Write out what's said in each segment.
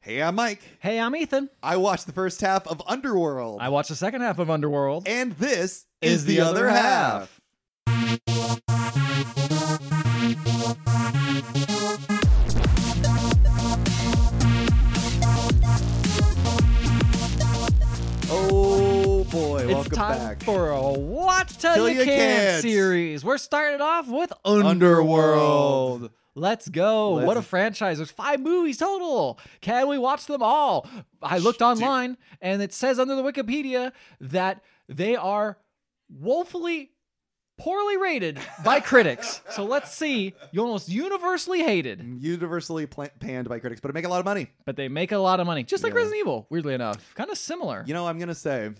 Hey, I'm Mike. Hey, I'm Ethan. I watched the first half of Underworld. I watched the second half of Underworld. and this is, the, other, half. Oh boy, It's welcome time back. for a Watch Till, Till You, You can, Can't. series. We're started off with Underworld. Underworld. Let's go. Let's- What a franchise. There's five movies total. Can we watch them all? I looked online and it says under the Wikipedia that they are woefully poorly rated by critics. So let's see. You almost universally hated, Universally pla- panned by critics, but it make a lot of money. but they make a lot of money. Just like Yeah. Resident Evil, weirdly enough. Kind of similar. You know, I'm gonna say,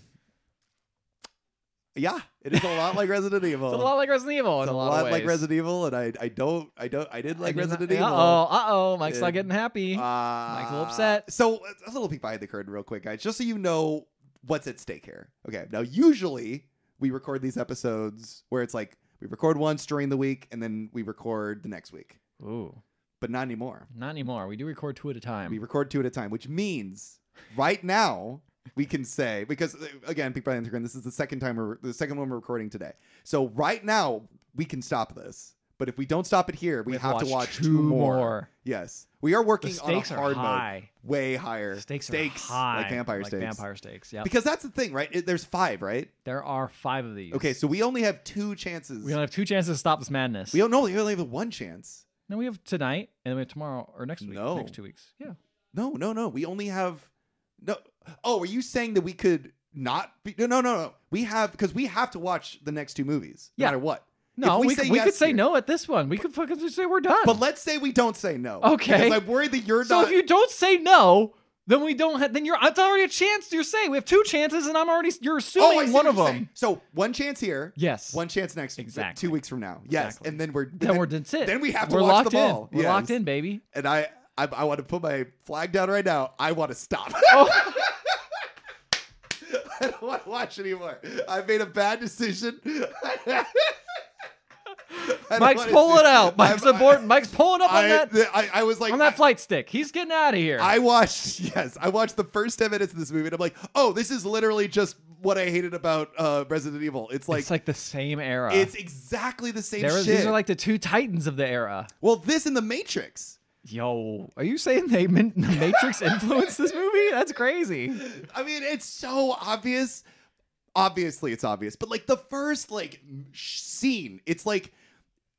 yeah, it is a lot like Resident Evil. It's a lot like Resident Evil. It's a in a lot, of lot like ways. Resident Evil, and I, I don't, I don't, I did like Resident uh Evil. oh, uh oh, Mike's Yeah. Uh, not getting happy. Mike's a little upset. So uh, that's a little peek behind the curtain, real quick, guys, just so you know what's at stake here. Okay, now usually we record these episodes where it's like we record once during the week and then we record the next week, Ooh, but not anymore. not anymore. We do record two at a time. We record two at a time, which means right now we can say because uh, again, people on Instagram, this is the second time we're the second one we're recording today. So right now we can stop this, but if we don't stop it here, we We've have to watched watch two two more. more. Yes, we are the working stakes on are a hard mode high. way higher. Stakes, are high. like vampire like stakes. Vampire stakes. Yeah. Because that's the thing, right? It- there's five, right? There are five of these. Okay, so we only have two chances. we only have two chances to stop this madness. We don't know. We only have one chance. no, we have tonight, and then we have tomorrow or next week. No. Next two weeks. Yeah. No, no, no. We only have no. Oh, are you saying that we could not? Be, no, no, no, no. We have because we have to watch the next two movies, no Yeah. matter what. No, If we we, say could, we yes could say here- no at this one. We could fucking just say we're done. But let's say we don't say no. Okay. Because I'm worried that you're so not. if you don't say no, then we don't. have Then you're. It's already a chance. You're saying we have two chances, and I'm already. You're oh, assuming I see what one of you're them. saying. So one chance here. Yes. One chance next. uh, Exactly. Two weeks from now. Yes. Exactly. And then we're then, we're that's it. then we have to we're watch locked them in. all. We're Yes. locked in, baby. and I I, I want to put my flag down right now. I want to stop. Oh. I don't want to watch anymore. I made a bad decision. I don't Mike's wanna pulling do- out. Mike's I'm- aboard. Mike's pulling up I, on that th- I, I was like on that I- flight stick. He's getting out of here. I watched yes, I watched the first ten minutes of this movie, and I'm like, oh, this is literally just what I hated about uh, Resident Evil. It's like it's like the same era. it's exactly the same There is- shit. these are like the two titans of the era. well, this and the Matrix. Yo, are you saying they min- the Matrix influenced this movie? That's crazy. I mean, it's so obvious. Obviously, it's obvious, but like the first like m- scene, it's like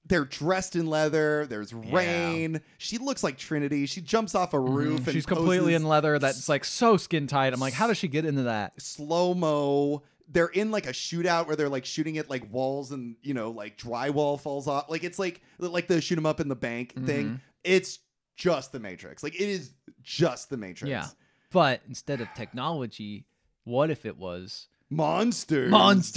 they're dressed in leather. There's rain. She looks like Trinity. She jumps off a roof. and Mm-hmm. She's completely in poses leather. That's like so skin tight. I'm like, how does she get into that? slow mo. They're in like a shootout where they're like shooting at like walls and you know like drywall falls off. Like it's like like the shoot 'em up in the bank Mm-hmm. thing. It's just the Matrix. Like it is just the Matrix. Yeah. But instead of technology, what if it was monsters,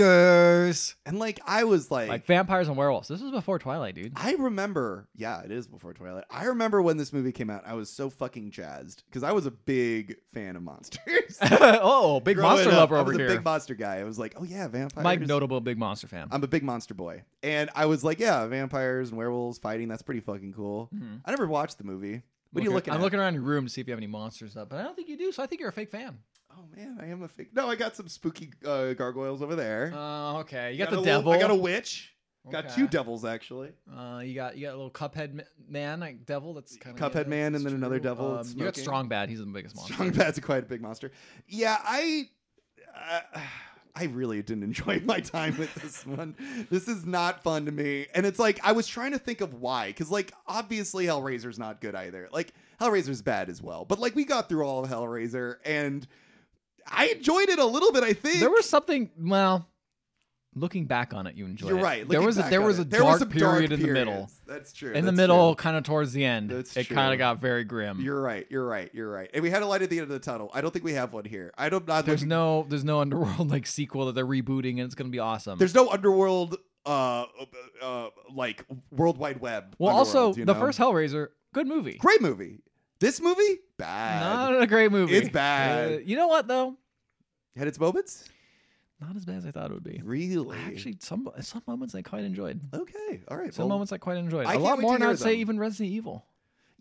monsters? and like I was Like vampires and werewolves. This was before Twilight, dude. I remember, yeah, it is before Twilight. I remember when this movie came out, I was so fucking jazzed because I was a big fan of monsters. oh, big Growing monster up, lover I over was here. a big monster guy. I was like, oh yeah, vampires. Mike, notable big monster fan. I'm a big monster boy, and I was like, yeah, vampires and werewolves fighting. That's pretty fucking cool. Mhm. I never watched the movie. What are you Looking- looking I'm at? looking around your room to see if you have any monsters up, but I don't think you do. So I think you're a fake fan. oh man, I am a fake. No, I got some spooky uh, gargoyles over there. Oh, okay. You got, I the a devil. Little, I got a witch. Got Okay. two devils actually. Uh, you got you got a little cuphead ma- man, like devil. That's kind of Cuphead man and then another devil that's you got smoking. strong bad. He's the biggest monster. Strong Bad's quite a big monster. Yeah, I, uh, I really didn't enjoy my time with this one. This is not fun to me, and it's like I was trying to think of why, because like obviously Hellraiser's not good either. Like Hellraiser's bad as well, but like we got through all of Hellraiser, and I enjoyed it a little bit. I think There was something. Well, looking back on it, you enjoyed. You're it. right. There looking was a, back there on was it. a There dark was a period in the middle. periods. That's true. In the that's middle, true. kind of towards the end, That's it true. kind of got very grim. You're right. You're right. You're right. And we had a light at the end of the tunnel. I don't think we have one here. I don't. Not there's no there's no underworld like sequel that they're rebooting, and it's gonna be awesome. There's no underworld, uh, uh, like World Wide Web. well, also underworld, you the know? first Hellraiser, good movie. great movie. This movie bad. Not a great movie. It's bad. Uh, you know what though? Had its moments. Not as bad as I thought it would be. Really? I Actually, some some moments I quite enjoyed. okay. All right. Some well, moments I quite enjoyed. I A can't lot wait to more, and hear I'd say them. even Resident Evil.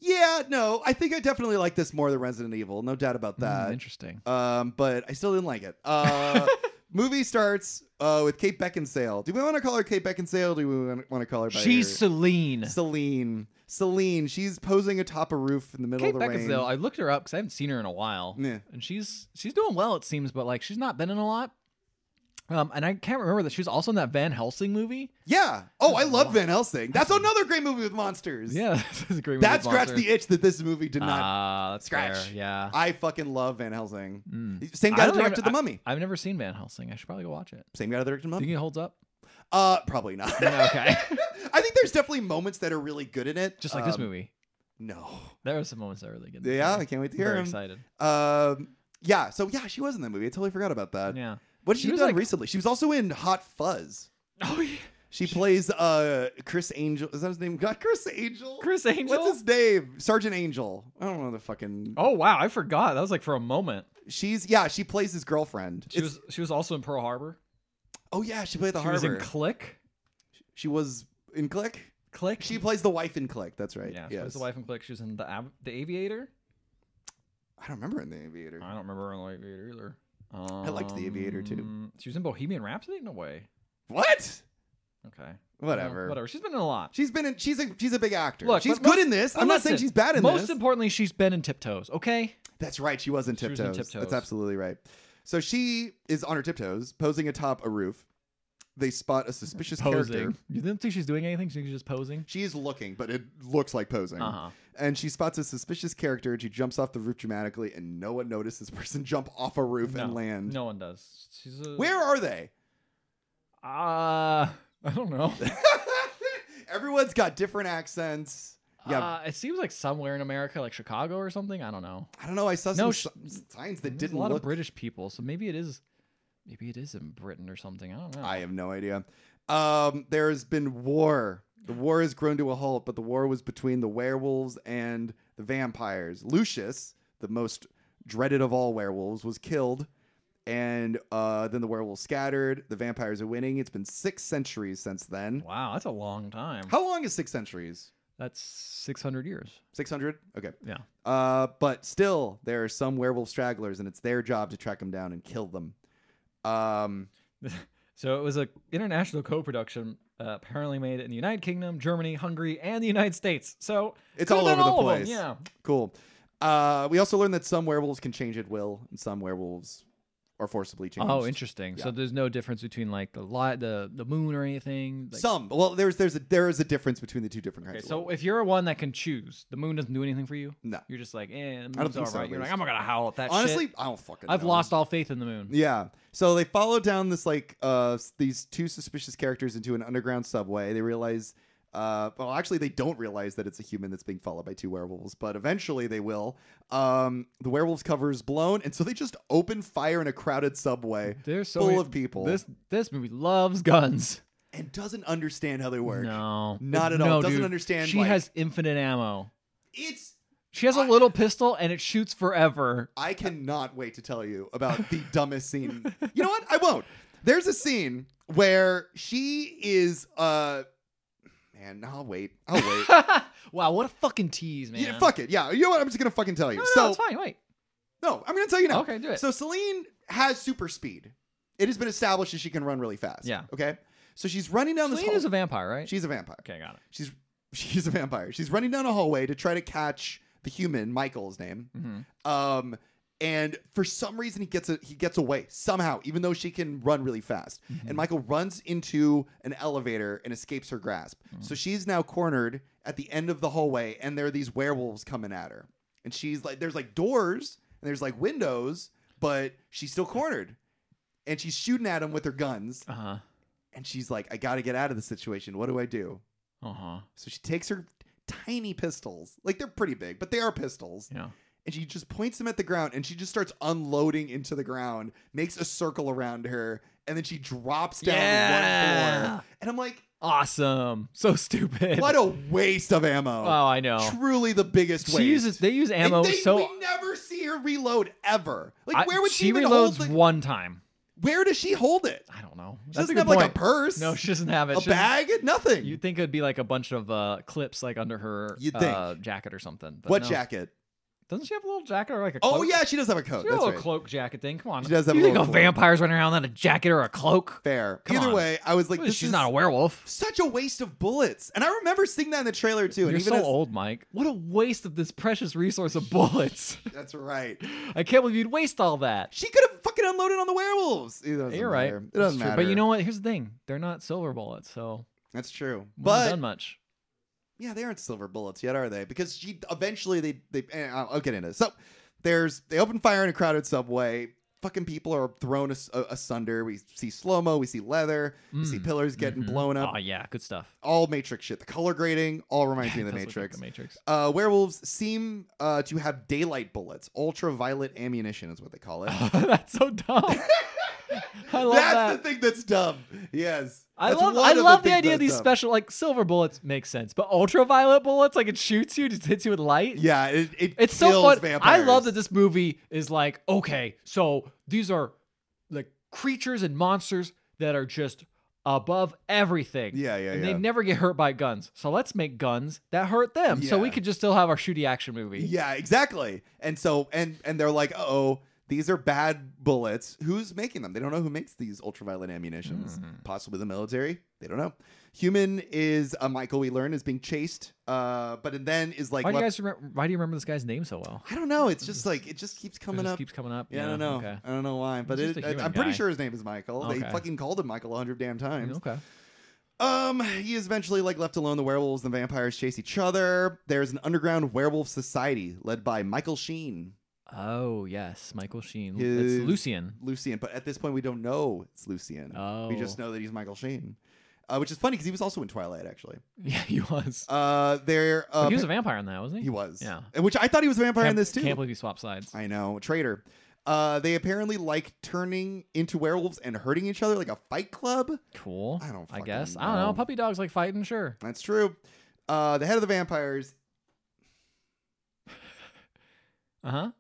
Yeah, no, I think I definitely like this more than Resident Evil, no doubt about Hmm, that. interesting. um, but I still didn't like it. Uh, movie starts uh, with Kate Beckinsale. Do we want to call her Kate Beckinsale? Do we want to call her by She's her? Celine. Celine? Celine. She's posing atop a roof in the middle Kate of the rain. Beckinsale. I looked her up because I haven't seen her in a while, Yeah. and she's she's doing well it seems, but like she's not been in a lot. Um, and I can't remember that she was also in that Van Helsing movie. Yeah. Oh, I That's love wild. Van Helsing. That's another great movie with monsters. Yeah, this is a great. movie That with scratched monsters. the itch that this movie did not. Ah, that's scratch. fair, Yeah. I fucking love Van Helsing. Mm. Same I guy that don't even- directed The Mummy. I've never seen Van Helsing. I should probably go watch it. Same guy that directed The Think Mummy. it holds up? Uh, probably not. okay. I think there's definitely moments that are really good in it. Just like this Um, movie. No. There were some moments that were really good. in this Yeah, I movie. can't wait to hear Very him. excited. Um, yeah, so yeah, she was in that movie. I totally forgot about that. Yeah. What did She she, was done like- recently? She was also in Hot Fuzz. Oh yeah. She plays uh Chris Angel. Is that his name? God, Chris Angel. Chris Angel. What's his name? Sergeant Angel. I don't know the fucking. Oh wow, I forgot. That was like for a moment. She's yeah. She plays his girlfriend. She It's- was she was also in Pearl Harbor. Oh yeah, she played the she harbor. was in Click. she was in Click. Click. She plays the wife in Click. That's right. Yeah, she yes. was the wife in Click. She was in the Av- the Aviator. I don't remember her in the aviator. I don't remember her in the Aviator either. Um, liked The Aviator, too. She was in Bohemian Rhapsody. No way. What? Okay. Whatever. Well, whatever. She's been in a lot. She's been in. She's a. She's a big actor. Look, she's but good most- in this. but I'm not saying listen, she's bad in Most this. importantly, she's been in Tiptoes. Okay. That's right. She was in She was tiptoes. in That's Tiptoes. absolutely right. So she is on her tiptoes, posing atop a roof. They spot a suspicious character. You didn't think she's doing anything? She's just posing. She is looking, but it looks like posing. Uh huh. And she spots a suspicious character and she jumps off the roof dramatically, and no one noticed this person jump off a roof and land. No one does. She's a, Where are they? Uh, I don't know. Everyone's got different accents. Yeah. Uh, it seems like somewhere in America, like Chicago or something. I don't know. I don't know. I saw some No, s- signs that There's didn't a lot look. of British people, so maybe it is. Maybe it is in Britain or something. I don't know. I have no idea. Um, there has been war. The war has grown to a halt, but the war was between the werewolves and the vampires. Lucius, the most dreaded of all werewolves, was killed, and uh, then the werewolves scattered. The vampires are winning. It's been six centuries since then. wow, that's a long time. How long is six centuries? That's 600 years. Six hundred. Okay. Yeah. Uh, but still, there are some werewolf stragglers, and it's their job to track them down and kill them. Um, So it was a international co-production. Uh, apparently made in the United Kingdom, Germany, Hungary, and the United States. So it's could've all been over the all of place. them, Yeah. Cool. Uh, we also learned that some werewolves can change at will, and some werewolves are forcibly changed. Oh, interesting. So Yeah. there's no difference between like the light, the the moon, or anything. Like, some. Well, there's there's a there is a difference between the two different kinds. Okay, of so werewolves. if you're one that can choose, the moon doesn't do anything for you. No. You're just like, eh, the don't moon's all think right. so, at you're like, least. I'm not gonna howl at that. shit." honestly, I don't fucking. I've know. lost all faith in the moon. Yeah. So they follow down this like uh s- these two suspicious characters into an underground subway. They realize uh well actually they don't realize that it's a human that's being followed by two werewolves, but eventually they will. Um the werewolves cover is blown and so they just open fire in a crowded subway There's so full many- of people This this movie loves guns. and doesn't understand how they work. No, Not at no, all. Doesn't dude. understand, She like- has infinite ammo. It's She has a I- little pistol and it shoots forever. I cannot wait to tell you about the dumbest scene. You know what? I won't. There's a scene where she is uh man, I'll wait. I'll wait. wow, what a fucking tease, man. Yeah, fuck it. Yeah. You know what? I'm just gonna fucking tell you. No, no, so it's fine. Wait. no, I'm gonna tell you now. Okay, do it. So Celine has super speed. It has been established that she can run really fast. Yeah. Okay. So she's running down Celine this is a hall- vampire, right? She's a vampire. okay, got it. She's she's a vampire. She's running down a hallway to try to catch the human, Michael's name. hmm Um, and for some reason he gets a, he gets away somehow, even though she can run really fast. Mm-hmm. And Michael runs into an elevator and escapes her grasp. So she's now cornered at the end of the hallway, and there are these werewolves coming at her. And she's like, there's like doors and there's like windows, but she's still cornered. And she's shooting at him with her guns. Uh huh. And she's like, I gotta get out of this situation. What do I do? Uh huh. So she takes her tiny pistols. Like they're pretty big, but they are pistols Yeah. and she just points them at the ground and she just starts unloading into the ground, makes a circle around her, and then she drops down one Yeah. floor. And I'm like, Awesome. So stupid. what a waste of ammo. Oh, I know. Truly the biggest waste. She uses. They use And ammo. they- so we never see her reload ever. Like I- where would she, she even reloads hold the- one time. Where does she hold it? I don't know. She That's doesn't a good have point. like a purse. No, she doesn't have it. a She doesn't- bag. Nothing. You'd think it'd be like a bunch of uh, clips like under her You'd think. uh, jacket or something. But what no. jacket? Doesn't she have a little jacket or like a cloak? Oh yeah, she does have a coat. She got a That's little right. cloak jacket thing. Come on. She does have you a think little a cloak. vampire's running around in a jacket or a cloak? Fair. Come Either on. way, I was like, this She's is not a werewolf. such a waste of bullets. And I remember seeing that in the trailer too. You're and even so as- old, Mike. What a waste of this precious resource of bullets. That's right. I can't believe you'd waste all that. She could have fucking unloaded on the werewolves. It doesn't You're right. matter. It That's doesn't true. matter. But you know what? Here's the thing. They're not silver bullets, so that's true. but But done much. yeah, they aren't silver bullets yet, are they? Because she eventually they they. eh, I'll I'll get into it. So there's they open fire in a crowded subway. Fucking people are thrown as- uh, asunder. We see slow mo. We see leather. We see Mm, pillars getting mhm. blown up. Oh yeah, good stuff. All Matrix shit. The color grading all reminds me of It the does look Matrix. like The Matrix. uh, werewolves seem uh, to have daylight bullets. Ultraviolet ammunition is what they call it. that's so dumb. I love that's that. the thing that's dumb. Yes. I That's love one I of love the things idea that's of these dumb. special like silver bullets makes sense, but ultraviolet bullets like it shoots you, just hits you with light. Yeah, it, it It's so kills fun. Vampires. I love that this movie is like, okay, so these are like creatures and monsters that are just above everything. Yeah, yeah, And yeah. they never get hurt by guns. So let's make guns that hurt them. So we Yeah. could just still have our shooty action movie. Yeah, exactly. And so and and they're like, oh, these are bad bullets. Who's making them? They don't know who makes these ultraviolet ammunitions. Mhm. Possibly the military. They don't know. Human is a Michael we learn is being chased, uh, but then is like why do you left- guys remember why do you remember this guy's name so well? I don't know. It's just like it just keeps It coming just up. keeps coming up. Yeah, I don't know. Okay. I don't know why, but just it, a I, human am pretty guy. sure his name is Michael. They Okay. fucking called him Michael a hundred damn times. Okay. Um, he is eventually like left alone. The werewolves and vampires chase each other. There's an underground werewolf society led by Michael Sheen, Oh yes, Michael Sheen. His- It's Lucian. Lucian. But at this point, we don't know it's Lucian. Oh, We just know that he's Michael Sheen, uh, which is funny because he was also in Twilight actually. Yeah, he was. Uh, there. Uh, he was a vampire in that, wasn't he? he was. Yeah. And which I thought he was a vampire can't, in this too. Can't believe he swapped sides. I know, traitor. Uh, they apparently like turning into werewolves and hurting each other like a fight club. Cool. I don't I fucking guess. I don't know. know. Puppy dogs like fighting, sure. That's true. Uh, the head of the vampires. Uh huh.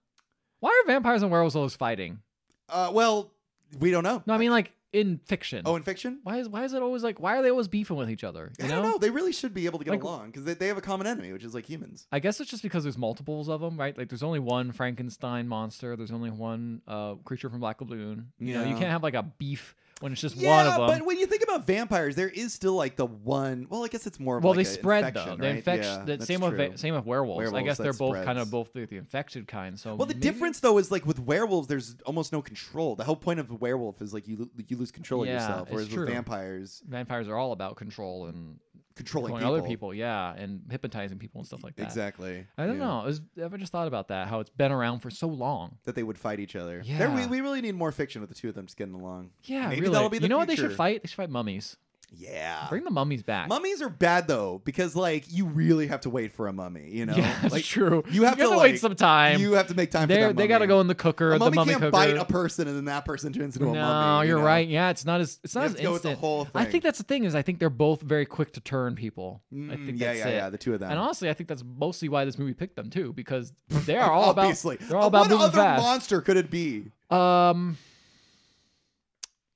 Why are vampires and werewolves always fighting? Uh, well, we don't know. No, I mean like in fiction. oh, in fiction, why is why is it always like why are they always beefing with each other? You I know. don't know. They really should be able to get Like- along because they, they have a common enemy, which is like humans. I guess it's just because there's multiples of them, right? Like there's only one Frankenstein monster. There's only one uh, creature from Black Lagoon. You know, you Yeah. can't have like a beef when it's just yeah, one of them. but when you think about vampires, there is still like the one. Well, I guess it's more. Of well, like they a spread infection, though. The right? infection. Yeah, the that's same true. with va- same with werewolves. I Werewolves, guess they're that both kind spreads. of both the, the infected kind. So Well, the maybe- difference though is like with werewolves, there's almost no control. The whole point of a werewolf is like you lo- you lose control of Yeah, yourself, it's whereas true. with vampires, Vampires are all about control and controlling controlling other people, yeah, and hypnotizing people and stuff like that. Exactly. I don't Yeah. know. It was, I've just thought about that. How it's been around for so long. That they would fight each other. Yeah. There- we, we really need more fiction with the two of them just getting along. Yeah, Maybe really. that'll be the you know what they future. should fight? They should fight mummies. Yeah. Bring the mummies back. Mummies are bad though because like you really have to wait for a mummy. You know, Yeah, that's like true. you have to, wait like, some time. you have to make time for They're- that. they got to mummy. go in the cooker. A the mummy mummy can't cooker. bite a person and then that person turns into no, a mummy. you you're know? right. Yeah, it's not as it's You not have as to go with the instant. whole I thing. think that's the thing is I think they're both very quick to turn people. I Mm, think yeah, that's yeah, it. yeah. The two of them. And honestly, I think that's mostly why this movie picked them too, because they are all about Obviously. they're all Uh, about what moving other fast. monster could it be? Um.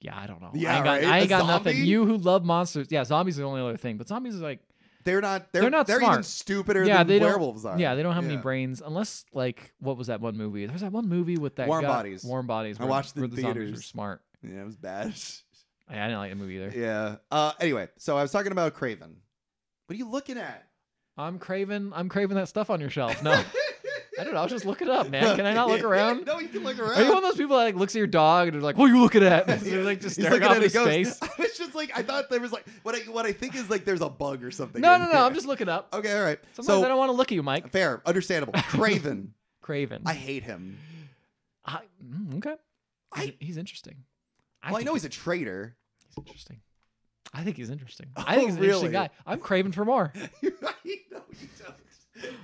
Yeah, I don't know. I Yeah, ain't got, right? I ain't A got nothing. zombie? You who love monsters, yeah, zombies are the only other thing. But zombies are like, They're not. They're, They're not They're even smart. stupider yeah, than they werewolves don't, are. Yeah, they don't have Yeah. any brains unless like what was that one movie? There was that one movie with that Warm guy- Bodies. Warm bodies. I where- watched it where in the zombies were theaters. smart. Yeah, it was bad. Yeah, I didn't like the movie either. yeah. Uh. Anyway, so I was talking about Craven. What are you looking at? I'm craving. I'm craving that stuff on your shelf. No, I don't know. I'll just look it up, man. Can I not look around? no, you can look around. Are you one of those people that like looks at your dog and are like, "What are you looking at?" They're like just He's staring looking off at into it, goes- space. I was just like, I thought there was like what I what I think is like there's a bug or something. No, in no, here. no. I'm just looking up. okay. All right. Sometimes I so don't want to look at you, Mike. fair, understandable. Craven, Craven. I hate him. I, mm, okay. He's, I- he's interesting. well, I think know he's a traitor. he's interesting. I think he's interesting. I think Oh, he's an interesting really? guy. I'm craving for more. no, you don't.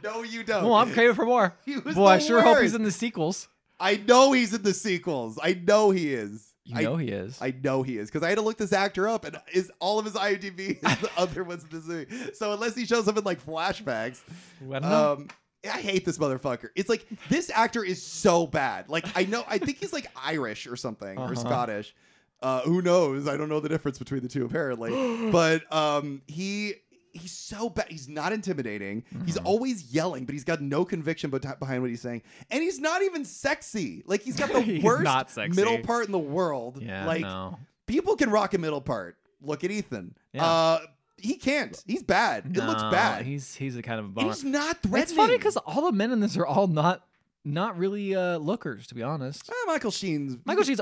No, you don't. Oh, I'm craving for more. He was Boy, I the sure hope he's worst. in the sequels. I know he's in the sequels. I know he is. You know he is. I, I know he is because I had to look this actor up, and is all of his IMDb is the other ones in this movie. So unless he shows up in like flashbacks, Ooh, I don't know. um, I hate this motherfucker. It's like this actor is so bad. Like I know, I think he's like Irish or something or Uh-huh. Scottish, Uh, who knows? I don't know the difference between the two apparently. but um, he he's so bad. He's not intimidating. He's Mm-hmm. always yelling, but he's got no conviction bet- behind what he's saying, and he's not even sexy. Like he's got the He's worst not sexy. middle part in the world. Yeah, like no. people can rock a middle part. Look at Ethan. Yeah. Uh, he can't. He's bad. It looks No, bad. He's he's a kind of a bummer. He's not threatening. It's funny because all the men in this are all not not really uh, lookers, to be honest. Ah, Michael Sheen's Michael Sheen's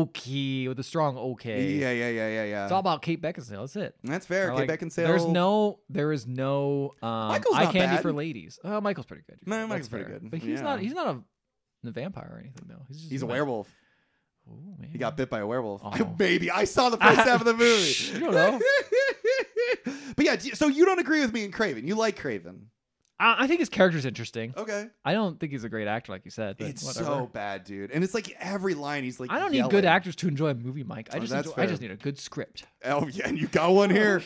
okay with a strong okay. Yeah, yeah, yeah, yeah, yeah. It's all about Kate Beckinsale. That's it. That's fair. Or, Kate like, Beckinsale. There's no, there is no um, Michael's eye not candy bad. for ladies. Oh, Michael's pretty good. No, That's Michael's pretty fair. good. But he's Yeah. not, he's not a, a vampire or anything though. He's just He's a human. werewolf. Ooh, man. He got bit by a werewolf. Oh. Maybe I saw the first half of the movie. You don't know. but yeah, do you- so you don't agree with me and Craven. You like Craven. I, I think his character's interesting. Okay. I don't think he's a great actor, like you said. But it's whatever. so bad, dude. And it's like every line he's like I don't need yelling. good actors to enjoy a movie, Mike. I Oh, just that's enjoy, I fair. just need a good script. Oh yeah, and you got one here.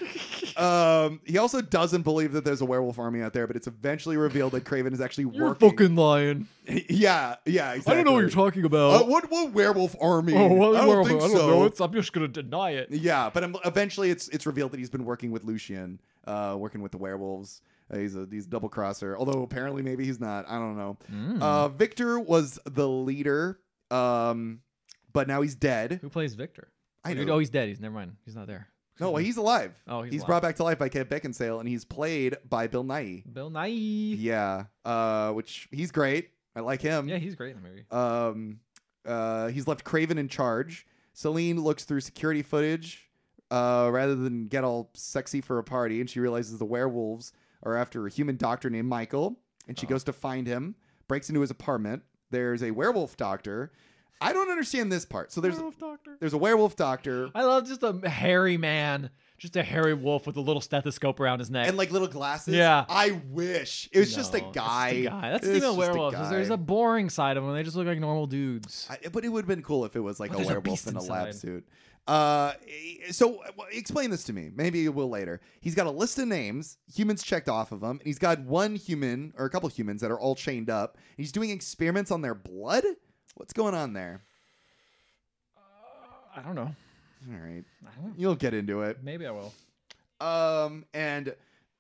um he also doesn't believe that there's a werewolf army out there, but it's eventually revealed that Craven is actually working. lying. yeah, yeah, exactly. talking Uh, about. what what werewolf army? Oh, well, I don't well, think I so. know. It's- I'm just gonna deny it. Yeah, but um, eventually it's it's revealed that he's been working with Lucian, uh, working with the werewolves. Uh, he's a he's a double crosser. Although apparently maybe he's not. I don't know. Hmm. Uh, Victor was the leader, um, but now he's dead. Who plays Victor? I Oh, know. dude, Oh, he's dead. He's never mind. He's not there. no, well, he's alive. Oh, he's alive. brought back to life by Kate Beckinsale, and he's played by Bill Nye. Bill Nye. Yeah, Yeah, uh, which he's great. I like him. he's great in the movie. Um, uh, he's left Craven in charge. Celine looks through security footage uh, rather than get all sexy for a party, and she realizes the werewolves are after a human doctor named Michael, and she Oh. goes to find him, breaks into his apartment. There's a werewolf doctor. I don't understand this part. So there's Werewolf Doctor. there's a werewolf doctor I love just a hairy man, just a hairy wolf with a little stethoscope around his neck. and like little glasses. Yeah. I wish it was just a No, it's guy. a guy. That's It was the thing about just a werewolves. is there's guy. a boring side of them. They just look like normal dudes. I, but it would have been cool if it was like But a there's a werewolf beast in a lab inside. suit. Uh, so uh, explain this to me. Maybe you will later. He's got a list of names, humans checked off of him, and he's got one human or a couple humans that are all chained up. He's doing experiments on their blood. What's going on there? I don't know. All right, I don't know. you'll get into it. Maybe I will. Um, and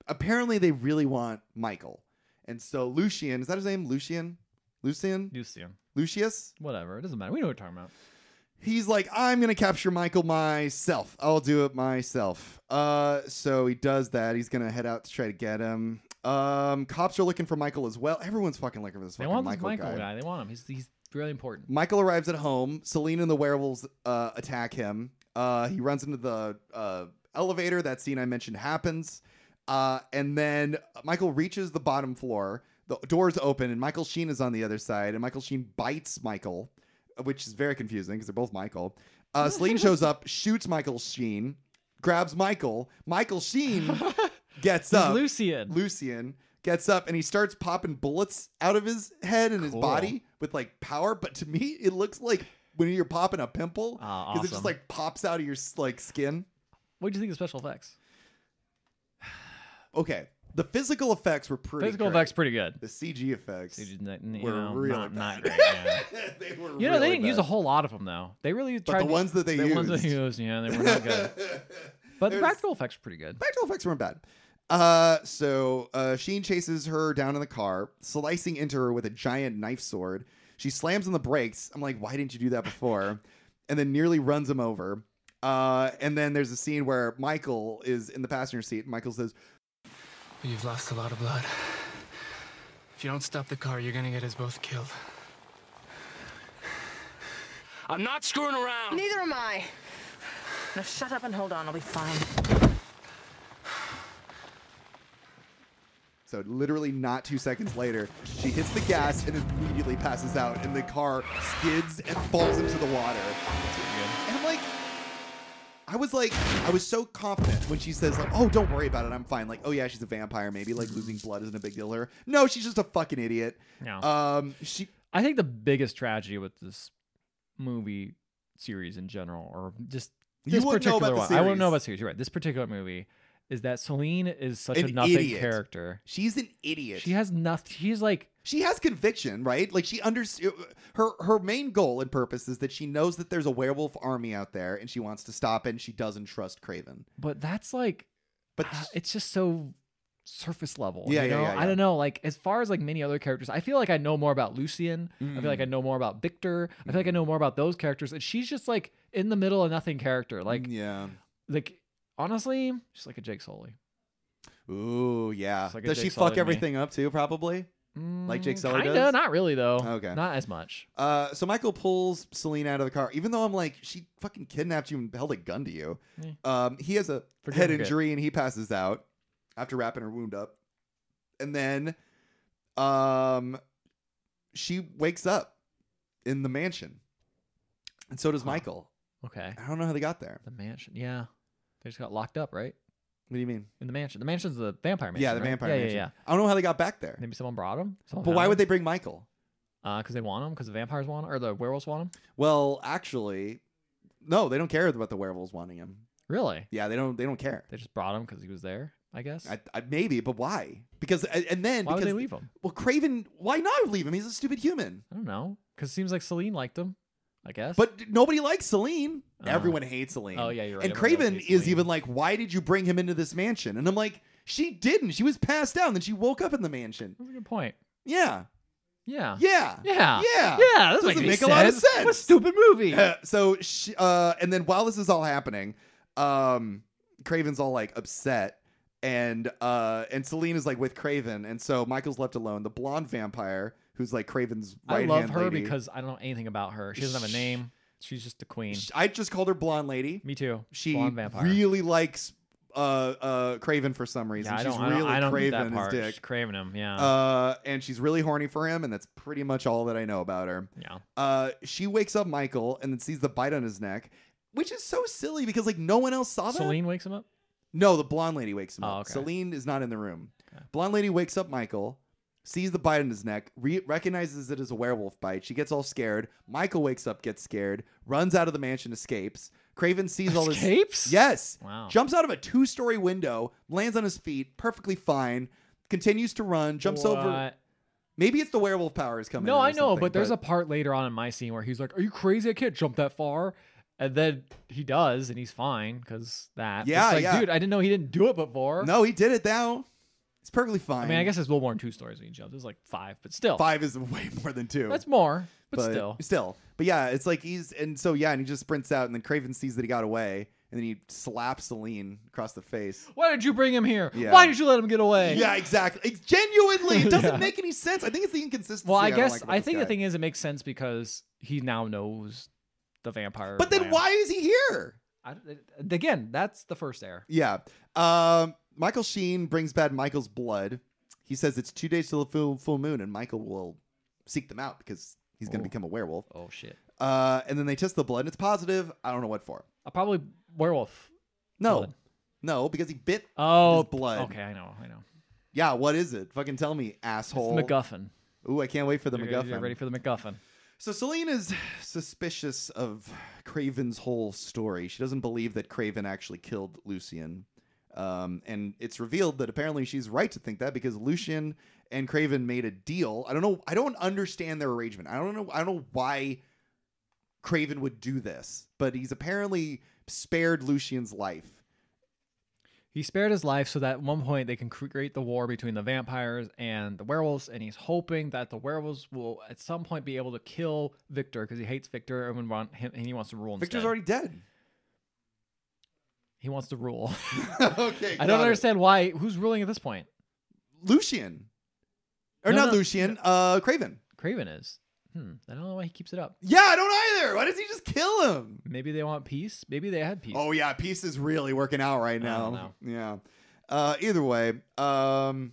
apparently they really want Michael, and so Lucian is that his name? Lucian, Lucian, Lucian. Lucius. Whatever. It doesn't matter. We know what we're talking about. he's like, I'm gonna capture Michael myself. I'll do it myself. Uh, so he does that. He's gonna head out to try to get him. Um, cops are looking for Michael as well. Everyone's fucking looking for this They fucking want this Michael, guy. They want him. He's he's really important. Michael arrives at home. Selene and the werewolves uh, attack him. Uh, he runs into the uh, elevator. That scene I mentioned happens. Uh, and then Michael reaches the bottom floor. The doors open, and Michael Sheen is on the other side. And Michael Sheen bites Michael, which is very confusing because they're both Michael. Uh, Celine shows up, shoots Michael Sheen, grabs Michael. Michael Sheen gets He's up. Lucian. Lucian gets up and he starts popping bullets out of his head and his Cool. body with like power. But to me, it looks like when you're popping a pimple Ah, because awesome. it just like pops out of your like skin. what do you think of special effects? Okay, the physical effects were pretty. Physical great. effects pretty good. The CG effects. They just not- you were know, really not, not bad. great. Yeah. they were You know, really they didn't use a bad. whole lot of them though. They really But tried the ones that they the used. ones they used. Yeah, they were not good. But the There's- practical effects were pretty good. practical effects weren't bad. Uh, so uh, Sheen chases her down in the car, slicing into her with a giant knife sword. She slams on the brakes. I'm like, why didn't you do that before? and then nearly runs him over. Uh, and then there's a scene where Michael is in the passenger seat. And Michael says, You've lost a lot of blood. If you don't stop the car, you're gonna get us both killed. I'm not screwing around! Neither am I. Now shut up and hold on. I'll be fine. so literally not two seconds later, she hits the gas and immediately passes out. And the car skids and falls into the water. And I'm like, I was like, I was so confident when she says, like, oh, don't worry about it, I'm fine. Like, oh yeah, she's a vampire, maybe. Like losing blood isn't a big deal to her. No, she's just a fucking idiot. No. Um, she I think the biggest tragedy with this movie series in general, or just You this wouldn't know particular about the one, I wouldn't know series. about series. You're right. This particular movie is that Celine is such An a nothing idiot. character. She's an idiot. She has nothing. She's like, she has conviction, right? Like she under her her main goal and purpose is that she knows that there's a werewolf army out there and she wants to stop it and she doesn't trust Craven. but that's like, But ah, it's just so surface level. Yeah, you yeah, know? yeah, yeah. I don't know. Like as far as like many other characters, I feel like I know more about Lucian. I Mm, feel like I Hmm. know more about Victor. I feel like I know more about those characters, and she's just like in the middle of nothing character. Like, yeah. like honestly, she's like a Jake Sully. Ooh, yeah. It's like a Does she Jake Sully fuck to me. everything up too? Probably. Like Jake Sully Mm, Kinda, does? not really though. Okay. not as much. Uh, so Michael pulls Celine out of the car, even though I'm like, she fucking kidnapped you and held a gun to you. Yeah. Um, he has a Forgive head and forget. injury and he passes out after wrapping her wound up, and then, um, she wakes up in the mansion, and so does Huh. Michael. Okay, I don't know how they got there. the mansion. Yeah, they just got locked up, right? What do you mean? In the mansion. The mansion's the vampire mansion. yeah, the right? vampire. Yeah, mansion. yeah, yeah. I don't know how they got back there. Maybe someone brought him. But why would they bring Michael? Because they want him. Because the vampires want him, or the werewolves want him. Well, actually, no, they don't care about the werewolves wanting him. Really? Yeah, they don't. They don't care. They just brought him because he was there. I guess. I, I, maybe, but why? Because and and then why would because they leave him? well, Craven. Why not leave him? He's a stupid human. I don't know. Because it seems like Celine liked him. I guess. But nobody likes Celine. Uh. Everyone hates Celine. Oh, yeah, you're right. And Everyone does Craven hate is Celine. even like, "Why did you bring him into this mansion?" And I'm like, "She didn't. She was passed out, and then she woke up in the mansion." that's a good point. Yeah, Yeah. yeah, yeah, Yeah. Yeah. That Doesn't doesn't make a lot of What a sense. stupid movie. Uh, so she, uh and then while this is all happening um craven's all like upset and uh and celine is like with craven and so michael's left alone the blonde vampire who's like craven's I right love her because I don't know anything about her. She doesn't have a name. She's just the queen. i just called her blonde lady Me too. she Blonde vampire. really likes uh uh craven for some reason yeah, I she's don't, I don't, really I don't get craven that part. his She's dick craving him. Yeah. uh and she's really horny for him and that's pretty much all that i know about her yeah. uh, she wakes up Michael and then sees the bite on his neck, which is so silly because like no one else saw that. Celine wakes him up. No, the blonde lady wakes him Oh, up. okay. Celine is not in the room. Okay. Blonde lady wakes up Michael, sees the bite on his neck, re- recognizes it as a werewolf bite. She gets all scared. Michael wakes up, gets scared, runs out of the mansion, escapes. Craven sees all this. Escapes? Yes. Wow. Jumps out of a two-story window, lands on his feet, perfectly fine. Continues to run, jumps over. What? Maybe it's the werewolf powers coming. No, I know, but there's a part later on in my scene where he's like, "Are you crazy? I can't jump that far." And then he does, and he's fine because that. Yeah, It's like, yeah. Dude, I didn't know he didn't do it before. No, he did it now. It's perfectly fine. I mean, I guess it's a little more than two stories when you jump. There's like five, but still, five is way more than two. that's more, but, still. still. But yeah, it's like he's and so yeah, and he just sprints out, and then Craven sees that he got away, and then he slaps Celine across the face. Why did you bring him here? Yeah. Why did you let him get away? Yeah, exactly. It's genuinely, it doesn't Yeah. make any sense. I think it's the inconsistency. Well, I don't guess like about I this think the guy. thing is it makes sense because he now knows the vampire. But then land. why is he here? I, it- again, that's the first error. Yeah. Um, Michael Sheen brings back Michael's blood. He says it's two days till the full, full moon, and Michael will seek them out because he's going Oh. to become a werewolf. Oh shit! Uh, and then they test the blood, and it's positive. I don't know what for. I probably werewolf. No, Blood. no, because he bit. Oh, Just blood. Okay, I know, I know. Yeah, what is it? Fucking tell me, It's asshole. the MacGuffin. Ooh, I can't wait for the You're- MacGuffin. You're ready for the MacGuffin. so Celine is suspicious of Craven's whole story. She doesn't believe that Craven actually killed Lucian. Um, and it's revealed that apparently she's right to think that because Lucian and Craven made a deal. I don't know. I don't understand their arrangement. I don't know. I don't know why Craven would do this, but he's apparently spared Lucian's life. He spared his life so that at one point they can create the war between the vampires and the werewolves, and he's hoping that the werewolves will at some point be able to kill Victor because he hates Victor and would want him, and he wants to rule. Victor's instead. already dead. he wants to rule. okay. I got don't it. understand why. Who's ruling at this point? Lucian. Or No, not no, Lucian, uh Craven. Craven is. Hmm. I don't know why he keeps it up. Yeah, I don't either. Why does he just kill him? Maybe they want peace. Maybe they had peace. Oh yeah, peace is really working out right I now. don't Yeah. Uh either way, um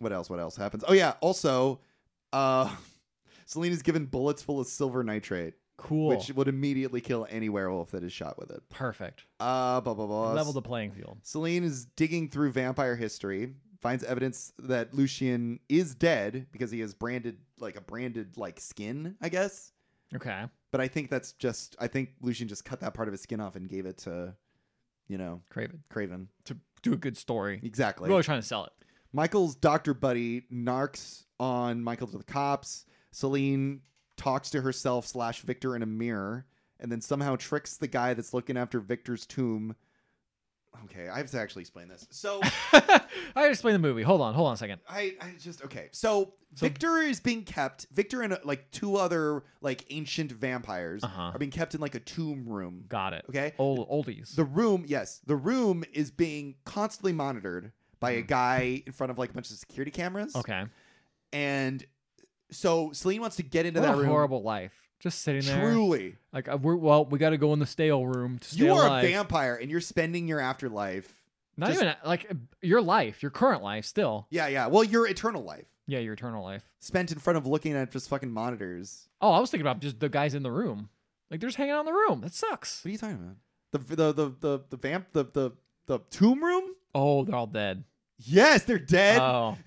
what else? What else happens? Oh yeah, also uh Selena's given bullets full of silver nitrate, cool. which would immediately kill any werewolf that is shot with it. Perfect. Uh blah blah blah. Level the playing field. Celine is digging through vampire history, finds evidence that Lucian is dead because he has branded like a branded like skin, I guess. Okay. But I think that's just I think Lucian just cut that part of his skin off and gave it to, you know, Craven. Craven. To do a good story. Exactly. We're really trying to sell it. Michael's doctor buddy narcs on Michael to the cops. Celine talks to herself slash Victor in a mirror, and then somehow tricks the guy that's looking after Victor's tomb. Okay, I have to actually explain this. So I gotta explain the movie. Hold on, hold on a second. I, I just okay. So, Victor is being kept. Victor and uh, like two other like ancient vampires Uh-huh. are being kept in like a tomb room. Got it. Okay. Old oldies. The room, yes, the room is being constantly monitored by a guy in front of like a bunch of security cameras. Mm. okay. And so Celine wants to get into What that a room. horrible life. Just sitting there. Truly, Like uh, we're well, we got to go in the stale room to stay you are alive. a vampire, and you're spending your afterlife. Not just- even like uh, your life, your current life, still. Yeah, yeah. Well, your eternal life Yeah, your eternal life. spent in front of looking at just fucking monitors. Oh, I was thinking about just the guys in the room. Like they're just hanging out in the room. That sucks. What are you talking about? The the the the, the vamp the the the tomb room? Oh, they're all dead. Yes, they're dead. Oh,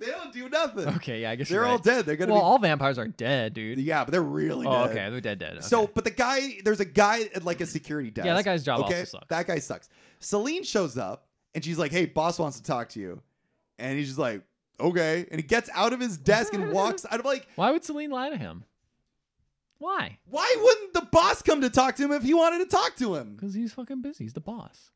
they don't do nothing. okay. Yeah, I guess They're you're all right. dead. They're gonna Well, be. all vampires are dead, dude. yeah, but they're really Oh, dead. okay. They're dead, dead. So, okay. but the guy, there's a guy at like a security desk. Yeah, that guy's job okay, also sucks. that guy sucks. Celine shows up and she's like, "Hey, boss wants to talk to you," and he's just like, "Okay," and he gets out of his desk and walks. I'm like, Why would Celine lie to him? Why? why wouldn't the boss come to talk to him if he wanted to talk to him? Because he's fucking busy. He's the boss.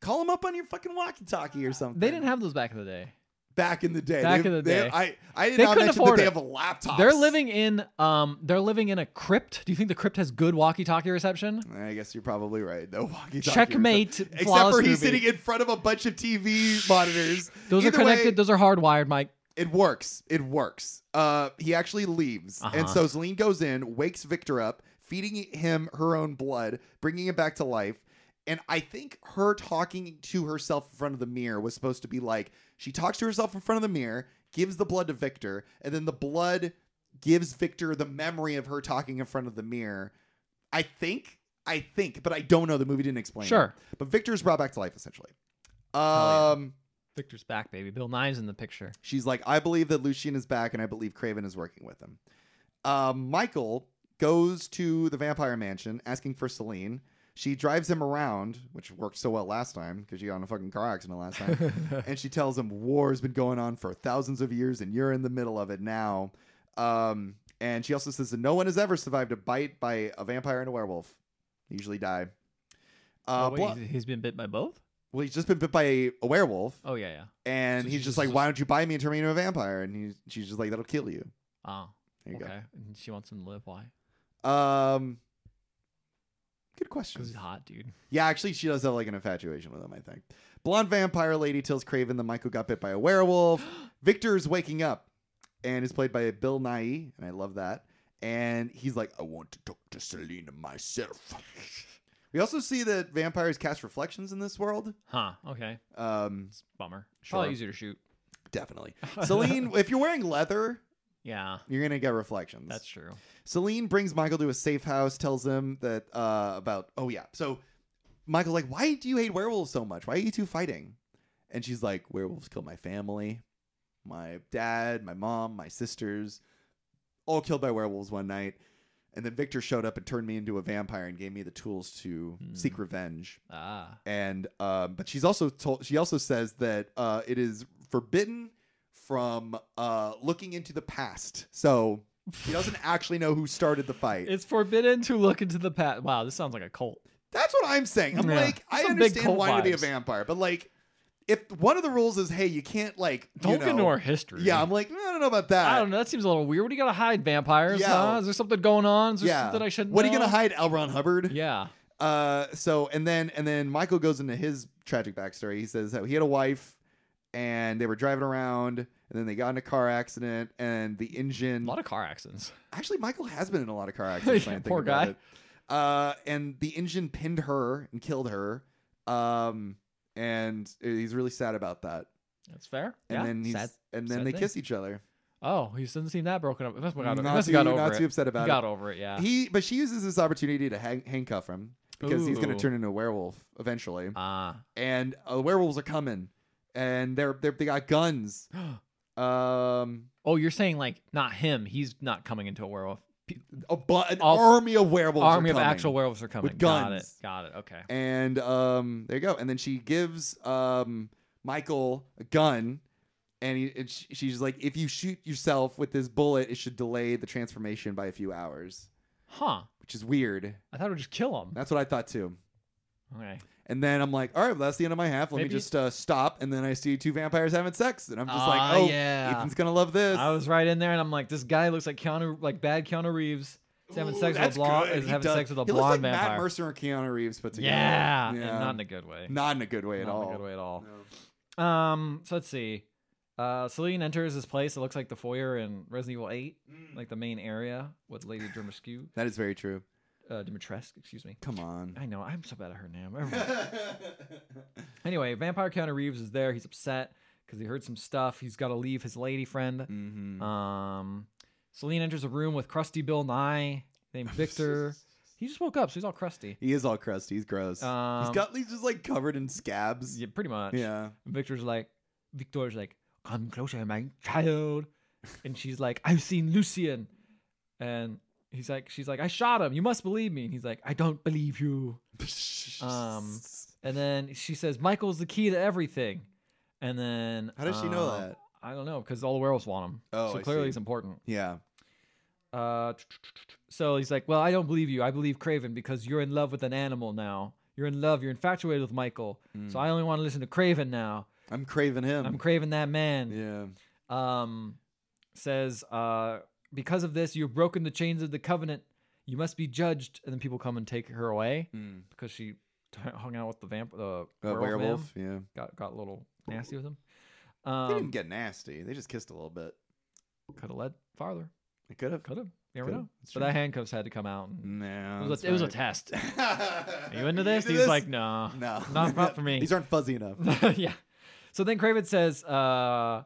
Call him up on your fucking walkie-talkie or something. They didn't have those back in the day. back in the day. Back They- in the they- day. I I did They not mention couldn't that afford they it. have a laptop. They're living in um. They're living in a crypt. Do you think the crypt has good walkie-talkie reception? I guess you're probably right. No walkie-talkie. or Checkmate, something. Except flawless for he's movie. sitting in front of a bunch of TV monitors. Those Either are connected. way- those are hardwired, Mike. It works. It works. Uh, he actually leaves, and Uh-huh. so Celine goes in, wakes Victor up, feeding him her own blood, bringing him back to life. And I think her talking to herself in front of the mirror was supposed to be like she talks to herself in front of the mirror, gives the blood to Victor, and then the blood gives Victor the memory of her talking in front of the mirror. I think, I think, but I don't know. The movie didn't explain. it. Sure. But Victor's brought back to life essentially. Um. yeah. Victor's back, baby. Bill Nye's in the picture. She's like, I believe that Lucien is back, and I believe Craven is working with him. Um, Michael goes to the vampire mansion asking for Celine. She drives him around, which worked so well last time because she got in a fucking car accident last time. and she tells him, War's been going on for thousands of years, and you're in the middle of it now. Um, and she also says that no one has ever survived a bite by a vampire and a werewolf. They usually die. Uh, Oh, wait, blo- he's- he's been bit by both. well, he's just been bit by a, a werewolf Oh yeah, yeah. and So he's she's just like, just- "Why don't you buy me and turn me into a vampire?" And he's, she's just like, "That'll kill you." Oh, There you okay. And she wants him to live. Why? go. Um, good Because question. he's hot, dude. Yeah, actually, she does have like an infatuation with him. I think. Blonde vampire lady tells Craven that Michael got bit by a werewolf. Victor's waking up, and is played by Bill Nye, and I love that. And he's like, "I want to talk to Selena myself." we also see that vampires cast reflections in this world. Huh. Okay. Um, It's a bummer. Sure. Probably easier to shoot. definitely, Celine. if you're wearing leather, Yeah, you're gonna get reflections. that's true. Celine brings Michael to a safe house, tells him that uh, about oh yeah. So Michael's like, "Why do you hate werewolves so much? Why are you two fighting?" And she's like, "Werewolves killed my family, my dad, my mom, my sisters, all killed by werewolves one night." And then Victor showed up and turned me into a vampire and gave me the tools to Hmm. seek revenge. Ah, And um, but she's also told she also says that uh, it is forbidden from uh, looking into the past. So he doesn't actually know who started the fight. it's forbidden to look into the past. Wow, this sounds like a cult. That's what I'm saying. I'm Yeah. like, I Some big understand cult wanting to be a vibes. vampire, but like, if one of the rules is, hey, you can't like, you Don't know- ignore history. Yeah, I'm like, "Mm, I don't know about that. I don't know. That seems a little weird. What do you gotta hide? Vampires? Yeah. Huh? Is there something going on? Is there Yeah, something I shouldn't? What are you know? gonna hide, L. Ron Hubbard? Yeah. Uh, so and then and then Michael goes into his tragic backstory. He says that he had a wife, and they were driving around, and then they got in a car accident, and the A engine. lot of car accidents. Actually, Michael has been in a lot of car accidents. Yeah, when I think poor about guy. it. Uh, and the engine pinned her and killed her. Um, and he's really sad about that. That's fair. And yeah. then he's, Sad. and then sad they thing. kiss each other. Oh, he doesn't seem that broken up. He must have got, Not he must too- have got over not it. too upset He about got it. over it. Yeah. He but she uses this opportunity to hang, handcuff him because he's going to Ooh. turn into a werewolf eventually. Ah. and uh, werewolves are coming, and they're, they're they got guns. Um, oh, you're saying like not him. He's not coming into a werewolf. P- a bu- an A- army of werewolves. are Army of coming. actual werewolves are coming. With Got it. guns. Got it. Okay. And um, there you go. And then she gives um, Michael a gun, and, he, and she, she's like, "If you shoot yourself with this bullet, it should delay the transformation by a few hours," Huh. which is weird. I thought it would just kill him. That's what I thought too. Okay. And then I'm like, all right, well, that's the end of my half. Let Maybe- me just uh, stop. And then I see two vampires having sex, and I'm just Ah, like, oh, yeah. Ethan's gonna love this. I was right in there, and I'm like, this guy looks like Keanu, like bad Keanu Reeves, is having Ooh, sex with a that's blonde, good. is He having does- sex with a he looks blonde like vampire. Matt Mercer and Keanu Reeves put together. yeah, and Yeah. not in a good way. not in a good way at Not all. in a good way at all. Um, so let's see. Uh, Celine enters this place. It looks like the foyer in Resident Evil 8, like the main area with Lady Dimitrescu. That is very true. Uh, Dimitrescu, excuse me. Come on. I know I'm so bad at her name. Everyone- Anyway, Vampire Keanu Reeves is there. He's upset because he heard some stuff. He's got to leave his lady friend. Mhm. Um, Celine enters a room with crusty Bill Nye named Victor. he just woke up, so he's all crusty. He is all crusty. He's gross. he's Um, got he's just like covered in scabs. Yeah, pretty much. Yeah. Victor's like, Victor's like, come closer, my child. And she's like, I've seen Lucian. And he's like, she's like, I shot him. You must believe me. And he's like, I don't believe you. Um, And then she says, Michael's the key to everything. And then How does she know um, that? I don't know because all the werewolves want him. Oh, so I clearly see. he's important. yeah. Uh, so he's like, well, I don't believe you. I believe Craven because you're in love with an animal now. You're in love. You're infatuated with Michael. Hmm. So I only want to listen to Craven now. Mm. I'm craving him. I'm craving that man. yeah. um, says, uh, because of this, you've broken the chains of the covenant. You must be judged. And then people come and take her away Mm. because she t- hung out with the vamp, the A werewolf. werewolf. man. Yeah. Got got a little nasty with him. They didn't Um, get nasty. They just kissed a little bit. could have led farther. They could have. Could have. You never Coulda. know. That's But true. that handcuffs had to come out. And No. it, was a, it was a test. test. Are you into this? He's like, nah. no, not- not for me. These aren't fuzzy enough. yeah. So then Craven says, uh,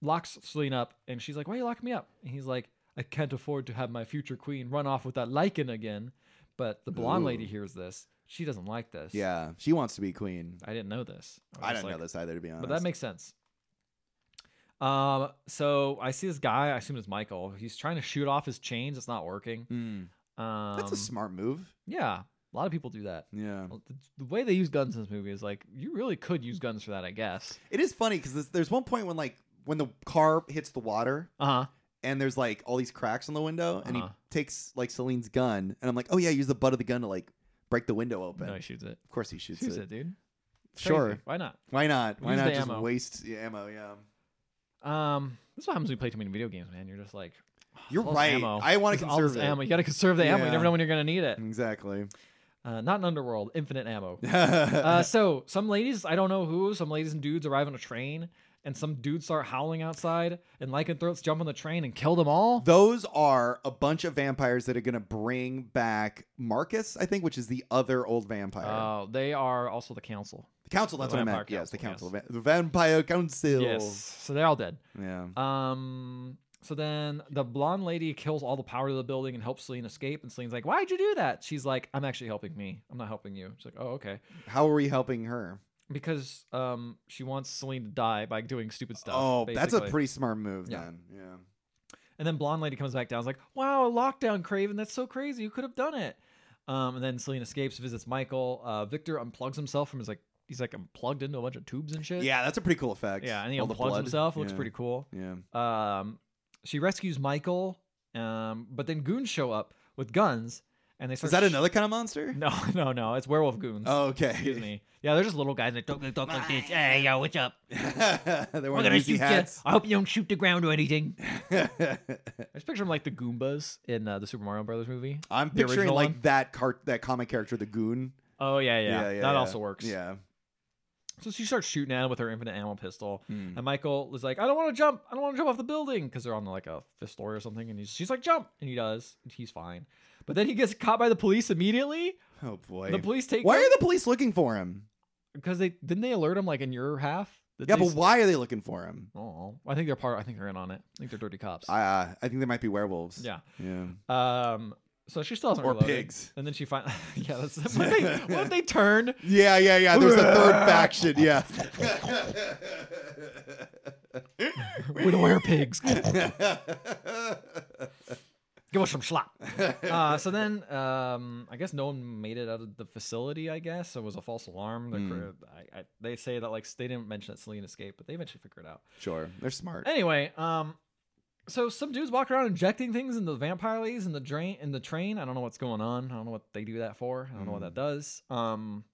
locks Celine up, and she's like, Why you locking me up? And he's like, I can't afford to have my future queen run off with that lichen again. But the blonde Ooh. lady hears this. She doesn't like this. yeah, she wants to be queen. I didn't know this. I was just didn't know like- this either, to be honest. But that makes sense. Um, so I see this guy, I assume it's Michael. He's trying to shoot off his chains, it's not working. Mm. Um, that's a smart move. yeah. A lot of people do that. Yeah, Well, The, the way they use guns in this movie is like you really could use guns for that, I guess. it is funny because there's one point when like when the car hits the water Uh huh. and there's like all these cracks in the window, and he Uh-huh. takes like Celine's gun, and I'm like, oh yeah, use the butt of the gun to like break the window open. No, he shoots it. Of course he shoots, Shoots it. it, dude. It's Sure, crazy. Why not? why not? Why Use not the just ammo. waste the ammo? Yeah, Um, this is what happens when you play too many video games, man. You're just like, you're all this right. ammo. I want to This- all this conserve it. ammo. You gotta conserve the ammo. You Yeah. never know when you're gonna need it. Exactly. Uh, not in Underworld. Infinite ammo. Uh, so some ladies, I don't know who, some ladies and dudes arrive on a train, and some dudes start howling outside, and lycanthropes jump on the train and kill them all. Those are a bunch of vampires that are going to bring back Marcus, I think, which is the other old vampire. Uh, they are also the council. the council, that's the what I vampire meant. Yes, the council, council. The vampire council. Yes. So they're all dead. Yeah. Um. So then the blonde lady kills all the power to the building and helps Celine escape. And Celine's like, "Why'd you do that?" She's like, "I'm actually helping me. I'm not helping you." She's like, "Oh, okay." How are we helping her? Because um, she wants Celine to die by doing stupid stuff. oh, that's a basically. pretty smart move, Yeah. then. Yeah. And then blonde lady comes back down. Is like, "Wow, lockdown, Craven. That's so crazy. You could have done it." Um. And then Celine escapes, visits Michael. Uh, Victor unplugs himself from his like he's like plugged into a bunch of tubes and shit. Yeah, that's a pretty cool effect. Yeah. And he All the unplugs blood. himself. Looks Yeah. pretty cool. Yeah. um, she rescues Michael, um, but then goons show up with guns, and they start. Is that sh- another kind of monster? No, no, no. It's werewolf goons. Oh, okay. excuse me. Yeah, they're just little guys. Like, don't, don't, like this. Hey, yo, what's up? they We're weren't gonna easy shoot hats. you. I hope you don't shoot the ground or anything. I just picture them like the Goombas in uh, the Super Mario Brothers movie. I'm The picturing original like one. that cart, that comic character, the goon. Oh yeah, yeah. yeah, yeah that yeah. also works. Yeah. So she starts shooting at him with her infinite ammo pistol, Hmm. and Michael is like, "I don't want to jump. I don't want to jump off the building," because they're on like a fifth story or something, and he's, she's like, "Jump!" and he does. And he's fine, but then he gets caught by the police immediately. Oh boy. The police take Why are the police looking for him? because they didn't they alert him like in your half. Did Yeah, they but s- why are they looking for him? Oh, I think they're part. I think they're in on it. I think they're dirty cops. I uh, I think they might be werewolves. yeah. Yeah. Um. So she still hasn't Or reloaded. pigs. And then she finally. yeah. That's what if they what if they turned. Yeah, yeah, yeah. There's a third faction. Yeah. We don't wear pigs. Give us some slop. uh, so then, um, I guess no one made it out of the facility. I guess so it was a false alarm. The crew- I, I, they say that like they didn't mention that Celine escaped, but they eventually figured it out. Sure, they're smart. Anyway, um, so some dudes walk around injecting things into the vampire ladies in the drain in the train. I don't know what's going on. I don't know what they do that for. I don't know what that does. Um,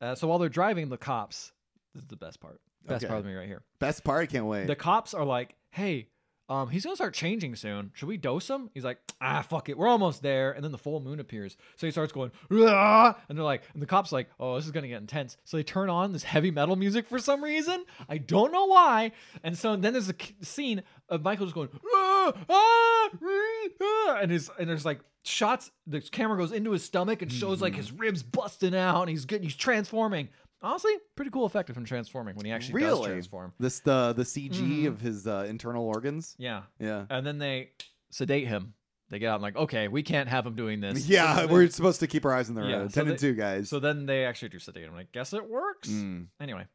uh, so while they're driving, the cops. This is the best part. Best Okay. part of me right here. Best part, I can't wait. The cops are like, "Hey, um, he's gonna start changing soon. Should we dose him?" He's like, "Ah, fuck it, we're almost there." And then the full moon appears, so he starts going, "Rah!" and they're like, and the cops like, "Oh, this is gonna get intense." So they turn on this heavy metal music for some reason. I don't know why. And so then there's a k- scene of Michael just going, "Ah, ah, ree, ah," and his and there's like shots. The camera goes into his stomach and shows like his ribs busting out, and he's good. He's transforming. Honestly, pretty cool effect of him transforming when he actually does really, transform. Mm-hmm. this the the CG of his uh, internal organs. Yeah. Yeah, And then they sedate him. They get out and like, okay, we can't have him doing this. yeah. We're supposed to keep our eyes on the road. Yeah, so Ten and they- two, guys. So then they actually do sedate him. I guess it works. Mm. Anyway.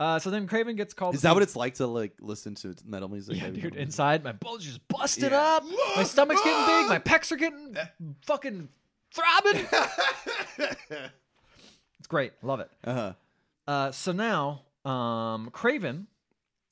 Uh, so then Craven gets called. Is that what it's like to like listen to metal music? Yeah, Heavy dude. metal music? Inside, my bulge is busted Yeah. up. My stomach's getting big. My pecs are getting fucking throbbing. it's great. Love it. Uh-huh. Uh, so now, um, Craven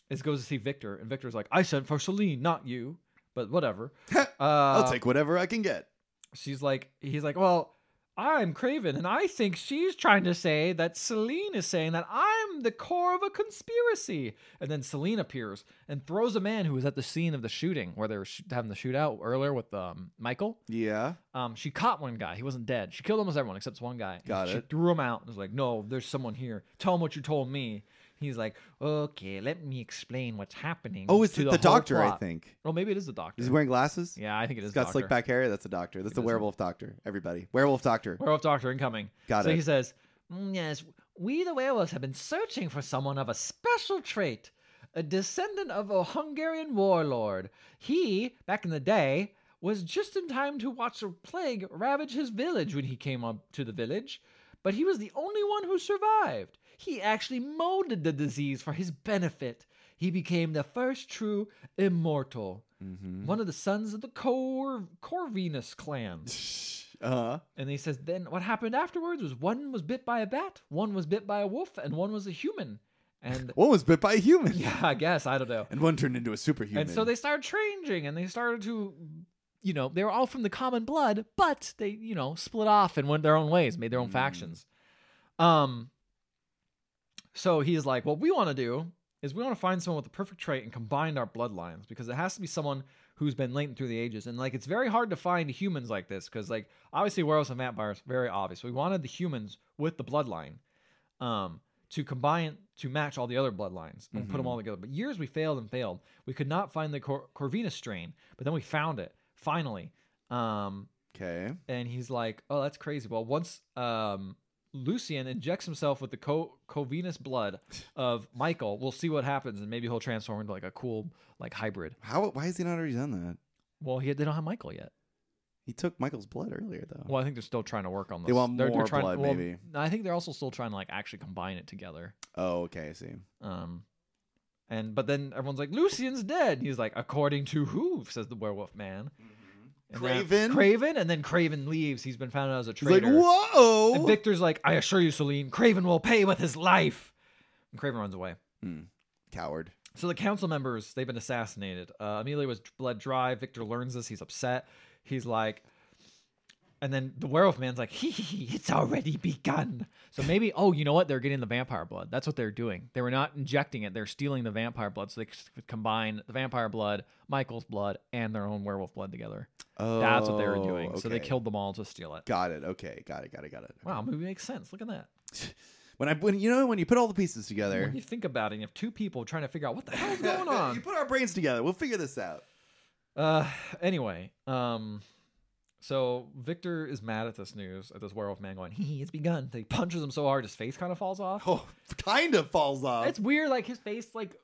is goes to see Victor, and Victor's like, "I sent for Celine, not you." But whatever. uh, I'll take whatever I can get. she's like he's like well i'm craven and i think she's trying to say that celine is saying that i'm the core of a conspiracy and then celine appears and throws a man who was at the scene of the shooting where they were sh- having the shootout earlier with um, michael Yeah. um, she caught one guy he wasn't dead she killed almost everyone except one guy And Got she it. threw him out and was like no there's someone here tell him what you told me he's like okay let me explain what's happening Oh, it's to the, whole doctor. I plot." think. well maybe it is the doctor Is he wearing glasses? yeah i think it is He's got doctor. slick back hair. That's a doctor. That's a werewolf doctor. Everybody, werewolf doctor. Werewolf Doctor incoming. Got so it. he says, "Mm, Yes, we the werewolves have been searching for someone of a special trait, a descendant of a Hungarian warlord. He, back in the day, was just in time to watch a plague ravage his village when he came up to the village, but he was the only one who survived. He actually molded the disease for his benefit. He became the first true immortal, Mm-hmm. one of the sons of the Cor- Corvinus clan. Uh And he says, then what happened afterwards was one was bit by a bat, one was bit by a wolf, and one was a human. And One was bit by a human. yeah, I guess, I don't know. And one turned into a superhuman. And so they started changing and they started to, you know, they were all from the common blood, but they, you know, split off and went their own ways, made their own factions. Um, so he's like, what we want to do is we want to find someone with the perfect trait and combine our bloodlines because it has to be someone who's been linked through the ages. And like, it's very hard to find humans like this because like obviously werewolves and vampires, very obvious. We wanted the humans with the bloodline, um, to combine to match all the other bloodlines and put them all together. But years we failed and failed. We could not find the Cor- Corvinus strain, but then we found it finally. Um, Okay. and he's like, "Oh, that's crazy." Well, once um, Lucian injects himself with the co- Covinus blood of Michael, we'll see what happens, and maybe he'll transform into like a cool like hybrid. How? Why has he not already done that? Well, he, they don't have Michael yet. He took Michael's blood earlier, though. Well, I think they're still trying to work on this. They want They're- they're more trying- blood, well, maybe. I think they're also still trying to like actually combine it together. Oh, okay. I see. Um, and but then everyone's like, "Lucian's dead." He's like, "According to who?" Says the werewolf man. And then- Craven? Craven, and then Craven leaves. He's been found out as a He's traitor. like, whoa. And Victor's like, I assure you, Celine, Craven will pay with his life. And Craven runs away. Coward. So the council members, they've been assassinated. Uh, Amelia was bled dry. Victor learns this. He's upset. He's like, and then the werewolf man's like, hee hee hee, it's already begun. So maybe, oh, you know what? They're getting the vampire blood. That's what they're doing. They were not injecting it. They're stealing the vampire blood. So they could combine the vampire blood, Michael's blood, and their own werewolf blood together. Oh, That's what they were doing. So they okay. killed them all to steal it. Got it. Okay. Got it. Got it. Got it. Wow, movie makes sense. Look at that. When I when you know when you put all the pieces together, When you think about it, you have two people trying to figure out what the hell's going you on. put our brains together. We'll figure this out. Uh, anyway, um, so Victor is mad at this news, at this werewolf man going, he it's begun. He punches him so hard his face kind of falls off. Oh, kind of falls off. It's weird, like his face, like,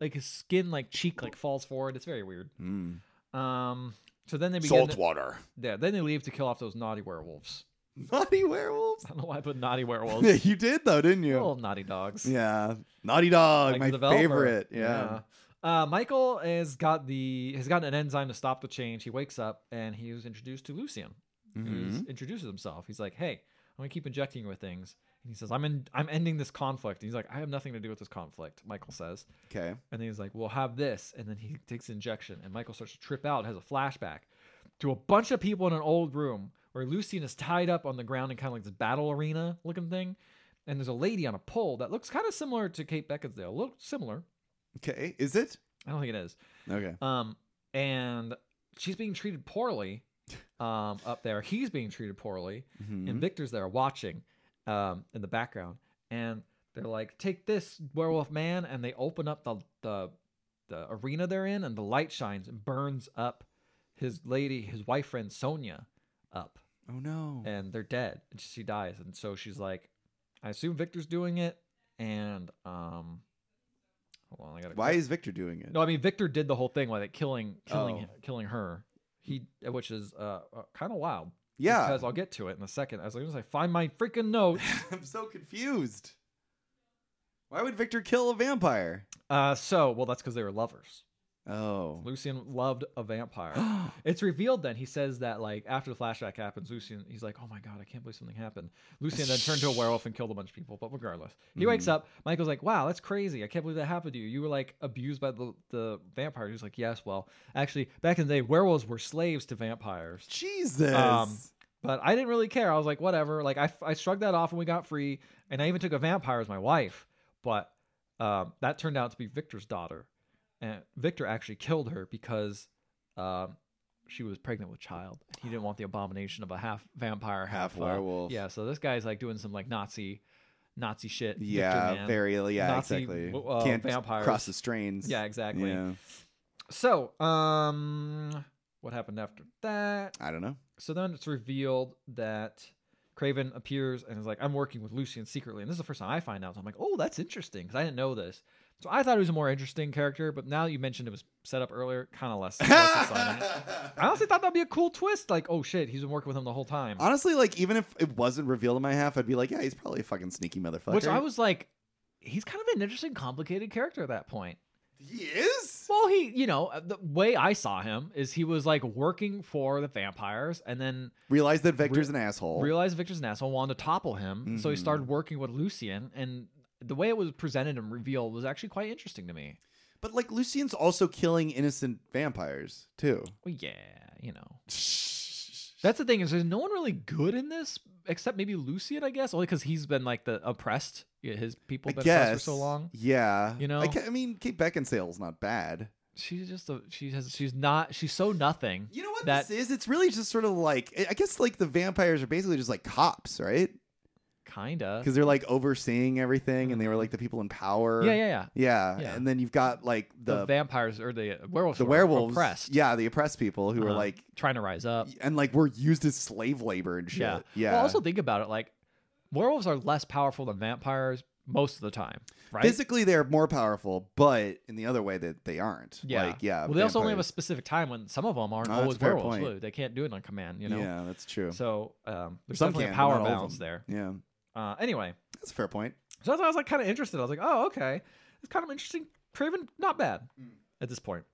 like his skin, like cheek, like falls forward. It's very weird. Mm. Um, so then they begin. Salt To, water. yeah, then they leave to kill off those naughty werewolves. Naughty werewolves. I don't know why I put naughty werewolves. Yeah, you did though, didn't you? Little naughty dogs. Yeah, Naughty Dog, Like my the developer. favorite. Yeah. Yeah. Uh, Michael has got the has gotten an enzyme to stop the change. He wakes up and he was introduced to Lucian, Mm-hmm. who introduces himself. He's like, "Hey, I'm gonna keep injecting you with things." And he says, "I'm in, I'm ending this conflict." And he's like, "I have nothing to do with this conflict." Michael says, Okay. and then he's like, "We'll have this," and then he takes the injection, and Michael starts to trip out, and has a flashback to a bunch of people in an old room where Lucien is tied up on the ground in kind of like this battle arena looking thing, and there's a lady on a pole that looks kind of similar to Kate Beckinsale, a little similar. Okay. Is it? I don't think it is. Okay. Um, and she's being treated poorly, um, up there. He's being treated poorly, Mm-hmm. and Victor's there watching, um, in the background, and they're like, "Take this, werewolf man," and they open up the the the arena they're in, and the light shines and burns up his lady, his wife friend Sonia, up, Oh no. and they're dead, and she dies, and so she's like, "I assume Victor's doing it," and um, hold on, I gotta Why is Victor doing it? no, I mean Victor did the whole thing with it, killing, killing, Oh. him- killing her. He, which is uh, kind of wild. Yeah. because I'll get to it in a second. As soon as I find my freaking notes. I'm so confused. Why would Victor kill a vampire? Uh, so well, that's because they were lovers. Oh. Lucian loved a vampire. it's revealed then. He says that like after the flashback happens, Lucian, he's like, oh my god, I can't believe something happened. Lucian then turned to a werewolf and killed a bunch of people. But regardless, he wakes up. Michael's like, wow, that's crazy. I can't believe that happened to you. You were like abused by the the vampire. He's like, yes, well, actually, back in the day, werewolves were slaves to vampires. Jesus. Um, but I didn't really care. I was like, whatever. Like I, I shrugged that off when we got free, and I even took a vampire as my wife. But um, that turned out to be Victor's daughter, and Victor actually killed her because um, she was pregnant with child. He didn't want the abomination of a half vampire, half, Half uh, werewolf. yeah. So this guy's like doing some like Nazi, Nazi shit. Victor yeah, man. very. Yeah, Nazi, exactly. w- uh, Can't vampires. cross the strains. Yeah, exactly. Yeah. So um, what happened after that? I don't know. So then it's revealed that Craven appears and is like, I'm working with Lucian secretly. And this is the first time I find out. So I'm like, oh, that's interesting because I didn't know this. So I thought it was a more interesting character, but now that you mentioned it was set up earlier, kind of less. less exciting. I honestly thought that'd be a cool twist. Like, oh shit, he's been working with him the whole time. Honestly, like even if it wasn't revealed in my half, I'd be like, yeah, he's probably a fucking sneaky motherfucker. Which I was like, he's kind of an interesting, complicated character at that point. He is. Well, he, you know, uh, the way I saw him is he was like working for the vampires and then Realize that Victor's an asshole. realized Victor's an asshole, wanted to topple him, so he Mhm. started working with Lucien. And the way it was presented and revealed was actually quite interesting to me. but like Lucian's also killing innocent vampires too. Well, yeah, you know, that's the thing is, there's no one really good in this except maybe Lucien, I guess, only because he's been like the oppressed. yeah, His people I have been guess. oppressed for so long. Yeah. You know? I, ca- I mean, Kate Beckinsale's not bad. She's just a, she has she's not she's so nothing. You know what That- this is? It's really just sort of like I- I guess like the vampires are basically just like cops, right? Kinda. Because they're like overseeing everything, and they were like the people in power. Yeah, yeah, yeah. yeah. Yeah. And then you've got like The, the the, vampires or the werewolves, were werewolves, oppressed. yeah, the oppressed people who are Uh-huh. like trying to rise up. and like were used as slave labor and shit. Yeah, Well, also think about it. Like werewolves are less powerful than vampires most of the time, right? physically they're more powerful, but in the other way that they aren't. yeah. like, yeah. Well, they also only have a vampires- specific time when some of them aren't Oh, that's always a fair werewolves. point. really. They can't do it on command, you know. Yeah, that's true. So um, there's Some definitely a can, but power not all of balance there. them. Yeah, Uh, anyway, that's a fair point. so that's why I was like kind of interested. I was like, oh, okay, it's kind of interesting. Craven, not bad at this point.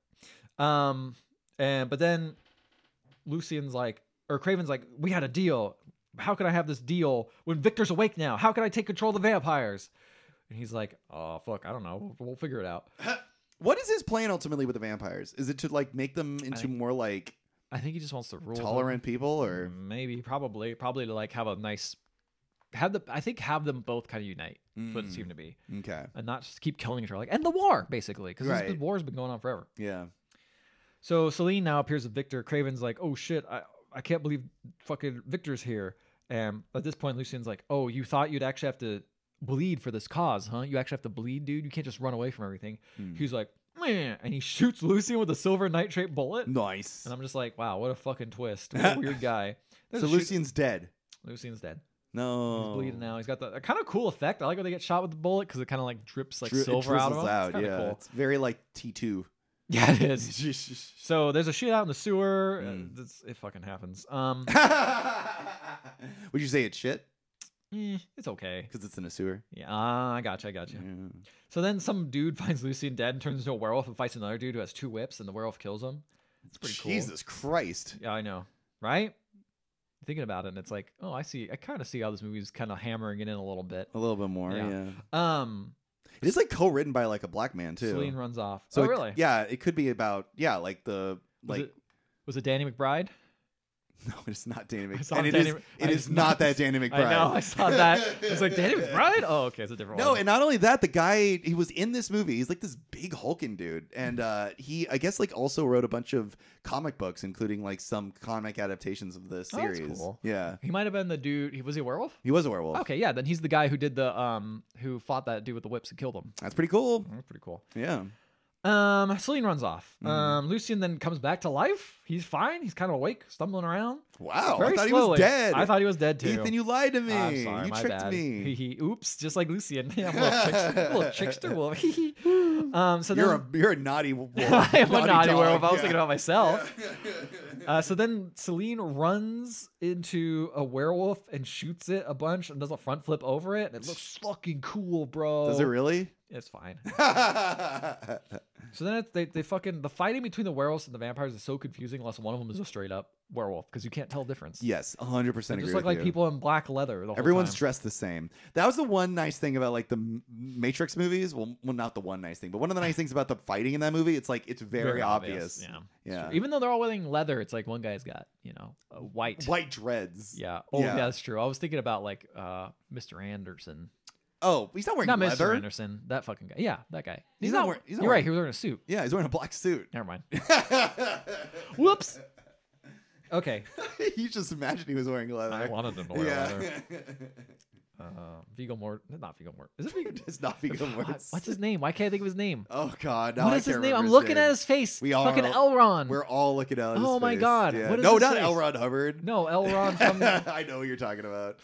Um, and but then Lucian's like, or Craven's like, we had a deal. How can I have this deal when Victor's awake now? How can I take control of the vampires? And he's like, oh fuck, I don't know. We'll, we'll figure it out. What is his plan ultimately with the vampires? Is it to like make them into think- more like I think he just wants to rule them. tolerant people, or Maybe, probably, probably to like have a nice, have the. I think have them both kind of unite. is What it Mm. seemed to be, okay, and not just keep killing each other. Like end the war basically, because the Right. war's been going on forever. yeah, So Celine now appears with Victor. Craven's like, "Oh shit, I I can't believe fucking Victor's here." And at this point, Lucian's like, "Oh, you thought you'd actually have to bleed for this cause, huh? You actually have to bleed, dude. You can't just run away from everything." Mm. He's like, "Man," and he shoots Lucian with a silver nitrate bullet. nice. And I'm just like, "Wow, what a fucking twist! What a weird guy." There's So a shoot- Lucian's dead. Lucian's dead. No, He's Um, bleeding now. He's got the a kind of cool effect. I like when they get shot with the bullet because it kind of like drips like Dri- it silver out of drizzles them. It's kinda yeah, cool. it's very like T two. yeah, it is. So there's a shootout in the sewer. Uh, Mm. that's- it fucking happens. Um, Would you say it's shit? eh, it's okay. because it's in a sewer. Yeah, ah, I gotcha, I gotcha. Yeah. So then some dude finds Lucy and dead and turns into a werewolf and fights another dude who has two whips and the werewolf kills him. It's pretty cool. Jesus Christ. Yeah, I know. Right? Thinking about it, and it's like, oh, I see. I kind of see how this movie's kind of hammering it in a little bit. A little bit more. Yeah. Yeah. Um, It is like co-written by like a black man too. Celine runs off. so oh, it- really? Yeah, it could be about yeah, like the Was like it, was it Danny McBride? no, it's not Danny saw McBride. And it Danny is Mc- I it did is not not that Danny McBride. I know. I saw that. I was like, Danny McBride? Oh, okay, it's a different No, one. and not only that, the guy he was in this movie. He's like this big hulking dude, and uh, he I guess like also wrote a bunch of comic books, including like some comic adaptations of the Oh, that's series. cool. Yeah, he might have been the dude. He was he a werewolf? he was a werewolf. Okay, yeah. Then he's the guy who did the um who fought that dude with the whips and killed him. Oh, that's pretty cool. That's pretty cool. Yeah, Um, Celine runs off. Mm-hmm. Um, Lucian then comes back to life. He's fine. He's kind of awake, stumbling around. wow. Very Oh, I thought he slowly. was dead. I thought he was dead too. Ethan, you lied to me. I'm sorry, you my tricked bad. me. He, oops, just like Lucian. Yeah, I'm a little trickster, a little trickster wolf. Hee hee. um, so You're then, a you're a naughty wolf. I am a naughty dog, werewolf. I was yeah. thinking about myself. Uh, so then Celine runs into a werewolf and shoots it a bunch and does a front flip over it. And it looks fucking cool, bro. Does it really? It's fine. yeah, So then it, they, they fucking, the fighting between the werewolves and the vampires is so confusing unless one of them is a straight up werewolf because you can't tell the difference. Yes, 100% They agree just with look like you. people in black leather. The whole Everyone's time. dressed the same. That was the one nice thing about like the M- Matrix movies. Well, well, not the one nice thing, but one of the nice things about the fighting in that movie, it's like it's very, obvious. Yeah. Yeah. Even though they're all wearing leather, it's like one guy's got, you know, a white. White dreads. Yeah. Oh, yeah. Yeah. that's true. I was thinking about like uh Mr. Anderson. Oh, he's not wearing Not leather. Mr. Anderson. That fucking guy. Yeah, that guy. He's, He's not, not not wear- he's not You're right. wearing- He was wearing a suit. Yeah, he's wearing a black suit. Never mind. Whoops. Okay. you just imagined he was wearing leather. I wanted him to wear leather. Uh, Viggo Mort. Not Viggo Mort. Is it Viggo? it's not become What- worse. What's his name? Why can't I think of his name? Oh God! Now what I is his can't name? remember I'm his looking name. at his face. We all fucking Elron. We're all looking at. his Oh, my face. God. Yeah. What is no, his not face? L. Ron Hubbard. no, Elron from I know what you're talking about.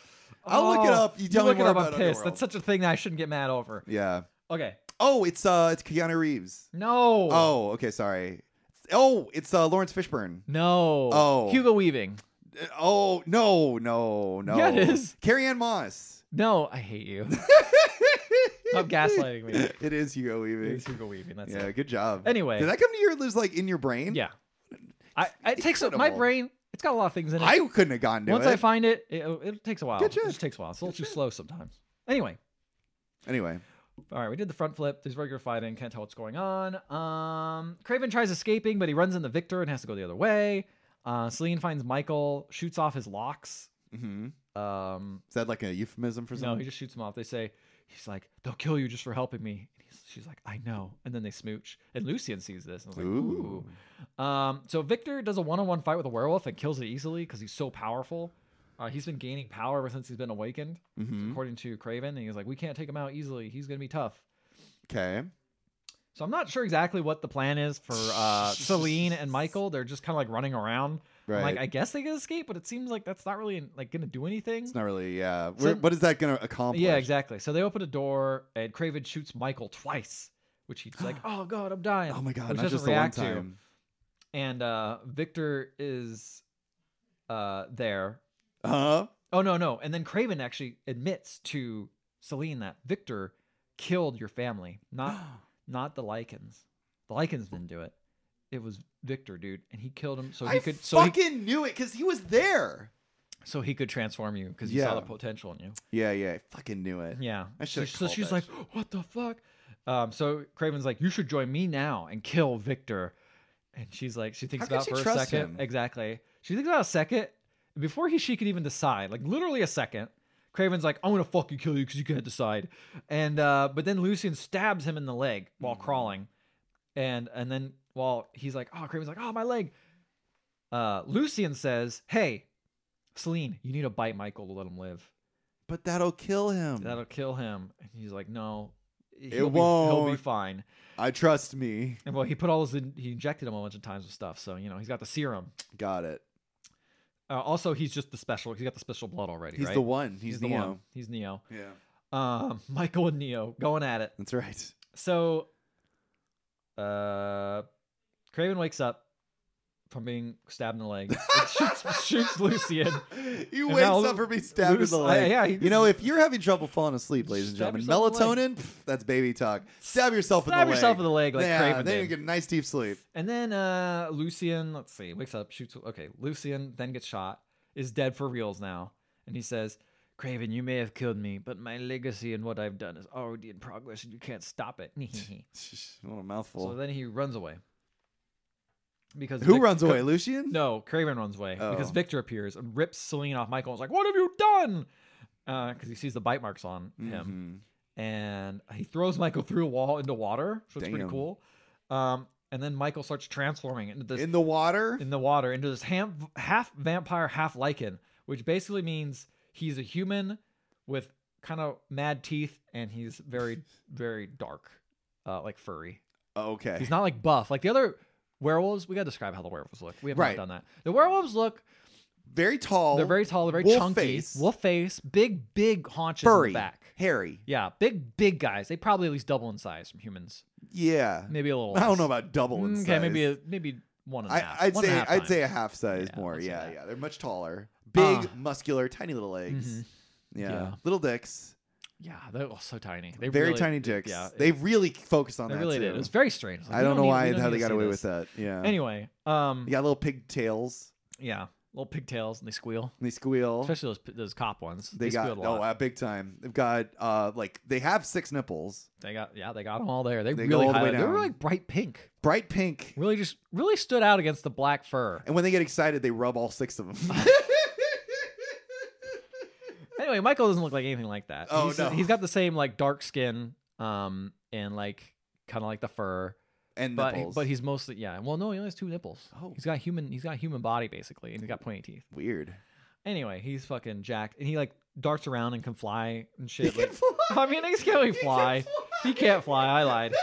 I'll look it Oh, up. You tell me look it more up. about I'm pissed. Underworld. That's such a thing that I shouldn't get mad over. Yeah. Okay. Oh, it's uh, it's Keanu Reeves. No. Oh, okay, sorry. Oh, it's uh, Lawrence Fishburne. No. Oh. Hugo Uh, Weaving. Oh no, no, no. Yeah, it is. Carrie Ann Moss. No, I hate you. Stop gaslighting me. It is Hugo Weaving. It's Hugo Weaving. That's Yeah, it. good job. Anyway. did that come to your lives like in your brain? Yeah. I, I it takes a, my Incredible. brain. It's got a lot of things in it. I couldn't have gotten to Once it. I find it, it, it takes a while. It Good just shit. takes a while. It's a little too slow sometimes. Anyway, anyway, all right, we did the front flip. There's regular fighting. Can't tell what's going on. Um, Craven tries escaping, but he runs into Victor and has to go the other way. Uh, Celine finds Michael, shoots off his locks. hmm Um, is that like a euphemism for no, something? he just shoots him off. They say, he's like, they'll kill you just for helping me. And he's, she's like, I know. And then they smooch. And Lucian sees this. And I was like, ooh. Ooh. Um, so Victor does a one on one fight with a werewolf and kills it easily because he's so powerful. Uh, he's been gaining power ever since he's been awakened, Mhm. according to Craven. And he's like, we can't take him out easily. He's going to be tough. Okay. So I'm not sure exactly what the plan is for uh, Celine and Michael. They're just kind of like running around. I'm like Right. I guess they can escape, but it seems like that's not really like going to do anything. It's not really. Yeah. So- Where- what is that going to accomplish? Yeah, exactly. So they open a door, and Craven shoots Michael twice, which he's like, "Oh God, I'm dying." Oh my God! which not doesn't just the one react to. time. And uh, Victor is uh, there. Uh huh. Oh no, no. And then Craven actually admits to Celine that Victor killed your family, not Uh-huh. not the Lycans. The Lycans didn't do it. It was Victor, dude, and he killed him so he I could so he, fucking knew it because he was there. so he could transform you because he Yeah. saw the potential in you. Yeah, yeah, I fucking knew it. Yeah. I So, should've so called she's that like, "What the fuck?" Um, so Craven's like, "You should join me now and kill Victor." And she's like, she thinks How could about she for a trust second. him? Exactly. She thinks about a second before he she could even decide. Like literally a second. Craven's like, "I'm gonna fucking kill you because you can't decide." And uh, but then Lucian stabs him in the leg while Hmm. crawling, and and then while he's like, "Oh," Craven's like, "Oh, my leg." Uh, Lucian says, "Hey, Celine, you need to bite Michael to let him live." But that'll kill him. that'll kill him. And he's like, no, it Be, he'll be won't. fine. I trust me. And well, he put all his in, he injected him a bunch of times with stuff, so you know he's got the serum. Got it. Uh, also, he's just the special. He's got the special blood already. He's right? the one. He's, the Neo. one. He's Neo. Yeah, Um, Michael and Neo going at it. that's right. So, uh, Craven wakes up, from being stabbed in the leg. It shoots, shoots Lucien. He And wakes now up from being stabbed in Luce- the leg. yeah, he- you know, if you're having trouble falling asleep, ladies and Stab gentlemen, yourself in the melatonin, pff, that's baby talk. Stab yourself in the Stab leg. yourself in the leg like yeah, Craven then you did. get a nice deep sleep. And then uh Lucian, let's see, wakes up, shoots. Okay, Lucian then gets shot, is dead for reals now, and he says, "Craven, you may have killed me, but my legacy and what I've done is already in progress, and you can't stop it." What a mouthful. so then he runs away because Who Vic- runs away, co- Lucian? No, Craven runs away because Oh. Victor appears and rips Celine off Michael. And is like, "What have you done?" Because he sees the bite marks on him Mhm. and he throws Michael through a wall into water, which was pretty Damn. cool. Um, and then Michael starts transforming into this in, In the water? the water into this ham, half vampire, half lichen, which basically means he's a human with kind of mad teeth, and he's very, very dark, uh, like furry. Oh, okay. He's not like buff like the other werewolves. We gotta describe how the werewolves look. We have Right. not done that. The werewolves look very tall. they're very tall, they're very wolf chunky, face. wolf face, big, big haunches in the furry. back. Hairy. Yeah, big, big guys. They probably at least double in size from humans. Yeah. Maybe a little. I don't less. know about double in Mm, size. maybe a, maybe one and a half. I, I'd one and say a half I'd times. say a half size Yeah, more. let's say Yeah, that. yeah. They're much taller. Big, Ah. muscular, tiny little legs. Mhm. Yeah. Yeah. Little dicks. Yeah, they're all so tiny. They very really- tiny dicks. Yeah, they really focused on they that really too. did. It was very strange. Like, I we don't know need- why we don't how need they to got see away this. with that. Yeah. Anyway, um, You got little pigtails yeah, little pigtails and they squeal, and they squeal. especially those those cop ones. they squealed got a oh lot. uh, big time. They've got uh like they have six nipples. they got yeah, they got them all there. They, They go really all the way highlight- they were down. like bright pink. Bright pink. Really just really stood out against the black fur. And when they get excited, they rub all six of them. anyway, Michael doesn't look like anything like that. Oh, he's, no. he's got the same like dark skin, um, and like kind of like the fur, and but nipples. but he's mostly yeah. Well, no, he only has two nipples. Oh. he's got human. He's got a human body basically, and he's got pointy teeth. weird. Anyway, he's fucking jacked, and he like darts around and can fly and shit. He can like- fly. I mean, he's can't really fly. He can't fly. I lied.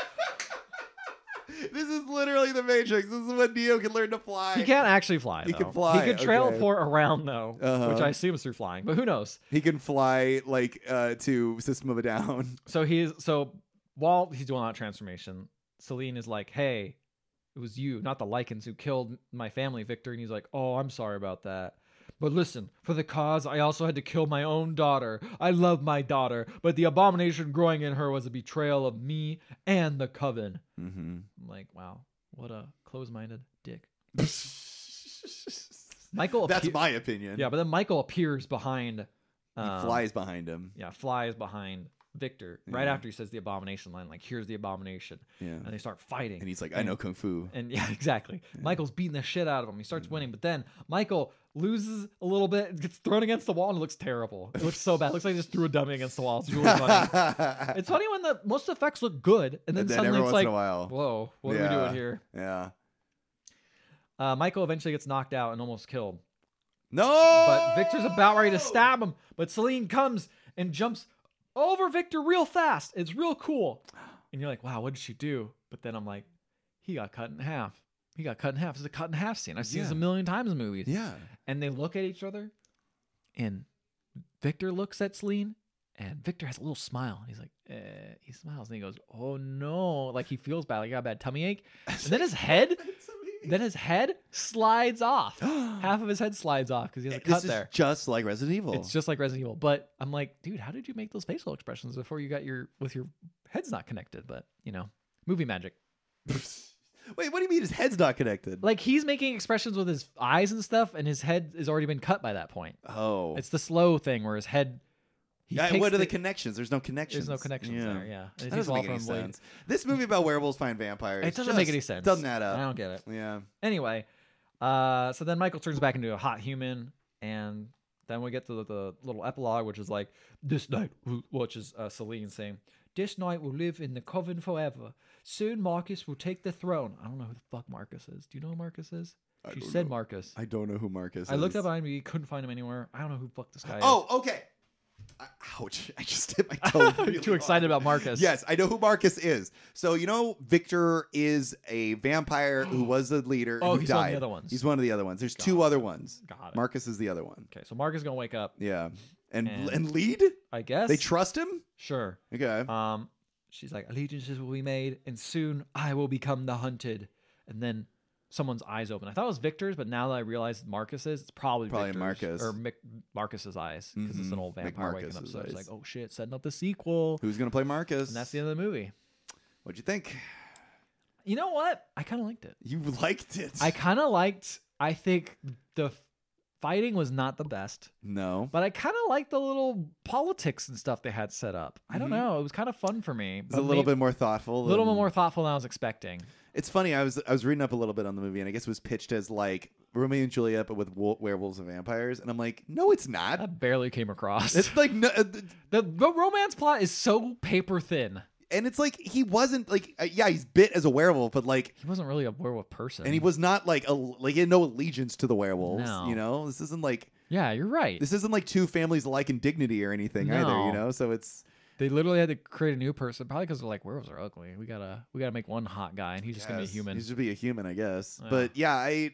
This is literally the Matrix. This is when Neo can learn to fly. He can't actually fly. He can though. fly, He can okay. teleport around though, which Uh-huh. I assume is through flying, but who knows? He can fly like uh, to System of a Down. So he's so while he's doing that transformation, Celine is like, "Hey, it was you, not the Lycans, who killed my family, Victor." And he's like, "Oh, I'm sorry about that." But listen, for the cause, I also had to kill my own daughter. I love my daughter, but the abomination growing in her was a betrayal of me and the coven. Mm-hmm. I'm like, wow, what a close-minded dick. Michael, That's appe- my opinion. yeah, but then Michael appears behind. he um, flies behind him. yeah, flies behind Victor right Yeah. after he says the abomination line, like, here's the abomination. Yeah, And they start fighting. and he's like, I know kung fu. And yeah, exactly. Michael's beating the shit out of him. He Mm. starts winning, but then Michael loses a little bit, gets thrown against the wall, and it looks terrible. It looks so bad. It looks like he just threw a dummy against the wall. It's really funny. it's funny when the most effects look good, and then, and then suddenly every once it's like, in a while, whoa, what are we Yeah. doing here? yeah. Uh, Michael eventually gets knocked out and almost killed. No, But Victor's about ready to stab him. But Celine comes and jumps over Victor real fast. It's real cool. And you're like, wow, what did she do? But then I'm like, he got cut in half. He got cut in half. It's a cut in half scene. I've seen this a Yeah. million times in movies. Yeah, And they look at each other, and Victor looks at Celine, and Victor has a little smile. He's like, eh, he smiles, and he goes, oh no. Like he feels bad. Like he got a bad tummy ache. And then his head, then his head slides off. Half of his head slides off because he has a cut this is there. just like Resident Evil. It's just like Resident Evil. But I'm like, dude, how did you make those facial expressions before you got your with your heads not connected? But you know, movie magic. Wait, what do you mean his head's not connected? Like he's making expressions with his eyes and stuff, and his head has already been cut by that point. oh, It's the slow thing where his head. He yeah, takes what are the, the- connections? There's no connections. There's no connections there. Yeah, And That he's doesn't all make any from Blade. sense. This movie about werewolves find vampires. It doesn't just make any sense. Doesn't add I up. don't get it. Yeah. Anyway, uh, so then Michael turns back into a hot human, and then we get to the, the little epilogue, which is like, This night, will-" which is uh, Celine saying, This night will live in the coven forever. Soon Marcus will take the throne. I don't know who the fuck Marcus is. Do you know who Marcus is? I She don't said know. Marcus. I, I don't know who Marcus is. looked up on IMDb, couldn't find him anywhere. I don't know who the fuck this guy Oh, okay. I- Ouch. I just hit my toe. is. really Too excited hard. about Marcus. Yes, I know who Marcus is. So you know, Victor is a vampire who was the leader. Oh, who he's died. one of the other ones. He's one of the other ones. There's two other ones. Got it. Marcus is the other one. Okay, so Marcus is going to wake up, Yeah, and And- and, lead. I guess. They trust him. Sure. Okay. Um, she's like, allegiances will be made, and soon I will become the hunted. And then someone's eyes open. I thought it was Victor's, but now that I realize Marcus's, it's probably Probably Marcus. Victor's, or Mick, Marcus's eyes because it's an Mhm. old vampire waking up. McMarcus's So it's like, eyes. oh shit, setting up the sequel. Who's gonna play Marcus? And that's the end of the movie. What'd you think? You know what? I kind of liked it. You liked it? I kind of liked. I think the f- fighting was not the best, no. but I kind of liked the little politics and stuff they had set up. I don't know. It was kind of fun for me. Mm-hmm. It's a little bit more thoughtful. a little bit and- more thoughtful than I was expecting. It's funny. I was I was reading up a little bit on the movie, and I guess it was pitched as like Romeo and Juliet, but with wo- werewolves and vampires. And I'm like, no, it's not. That barely came across. It's like no, uh, th- the, the romance plot is so paper thin. and it's like he wasn't like uh, yeah, he's bit as a werewolf, but like. He wasn't really a werewolf person. And he was not like a like he had no allegiance to the werewolves. Um, No. You know, this isn't like Yeah, you're right. this isn't like two families alike in dignity or anything either. No. You know, so it's They literally had to create a new person, probably because they're like werewolves are ugly. We gotta we gotta make one hot guy, and he's just gonna be a Yes, human. He should be a human, I guess. Yeah. But yeah, I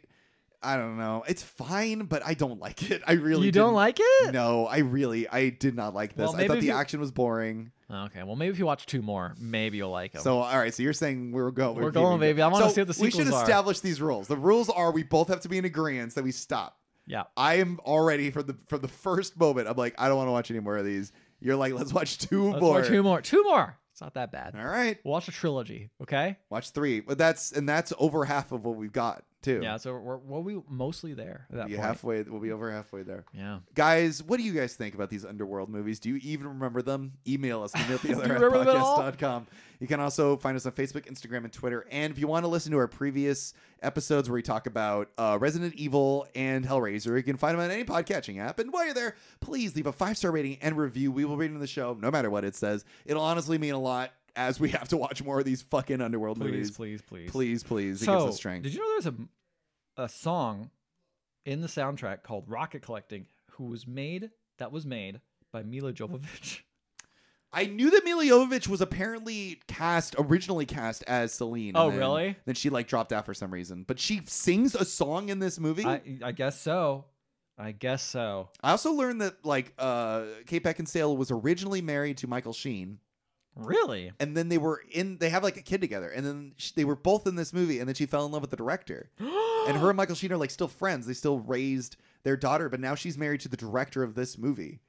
I don't know. It's fine, but I don't like it. I really you don't didn't- like it? No, I really I did not like this. Well, I maybe thought if the you- action was boring. Okay, well maybe if you watch two more, maybe you'll like him. So all right, so you're saying we're going. We're going, baby. I wanna see what the We should sequels are. establish these rules. The rules are we both have to be in agreement that we stop. yeah, I am already from the from the first moment. I'm like, I don't want to watch any more of these. You're like, let's watch 2 Let's more. watch two more. Two more. It's not that bad. All right, We'll watch a trilogy, okay? watch three. But that's and that's over half of what we've got too. Yeah, so we're, we're we mostly there at that be point. halfway. We'll be over halfway there. yeah. guys what do you guys think about these underworld movies do you even remember them email us email the Do you other remember them at all? podcast.com you can also find us on facebook instagram and twitter and if you want to listen to our previous episodes where we talk about uh, resident evil and hellraiser you can find them on any podcatching app and while you're there please leave a five star rating and review we will read it in the show no matter what it says it'll honestly mean a lot as we have to watch more of these fucking underworld Please, movies please, please, please please it gives So, us strength did you know there's a a song in the soundtrack called "Rocket Collecting," who was made that was made by Mila Jovovich? I knew that Mila Jovovich was apparently cast originally cast as Celine. and Oh, then- really? Then she like dropped out for some reason, but she sings a song in this movie. I I, I guess so. I guess so. also learned that like uh, Kate Beckinsale was originally married to Michael Sheen, Really? and then they were in. They have like a kid together, and then sh they were both in this movie, and then she fell in love with the director. and her and Michael Sheen are like still friends. They still raised their daughter, but now she's married to the director of this movie,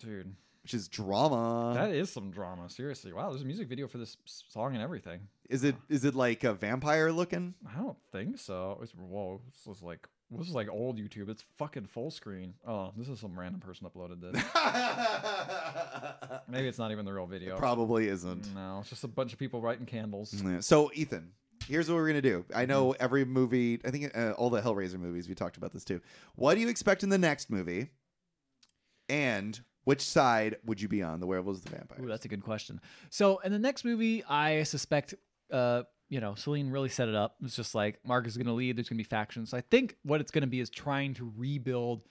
Dude, which is drama. that is some drama. Seriously. Wow, there's a music video for this s- song and everything. Is it is it like a vampire looking? I don't think so. It's, whoa, this is like this is like old YouTube. It's fucking full screen. Oh, this is some random person uploaded this. Maybe it's not even the real video. Probably isn't. No, it's just a bunch of people writing candles. Yeah. So, Ethan, here's what we're gonna do. I know Mm-hmm. every movie. I think uh, all the Hellraiser movies. We talked about this too. What do you expect in the next movie? And which side would you be on? The werewolves, or the vampires? Ooh, that's a good question. So in the next movie, I suspect, uh, you know, Celine really set it up. It's just like Mark is going to lead. There's going to be factions. So I think what it's going to be is trying to rebuild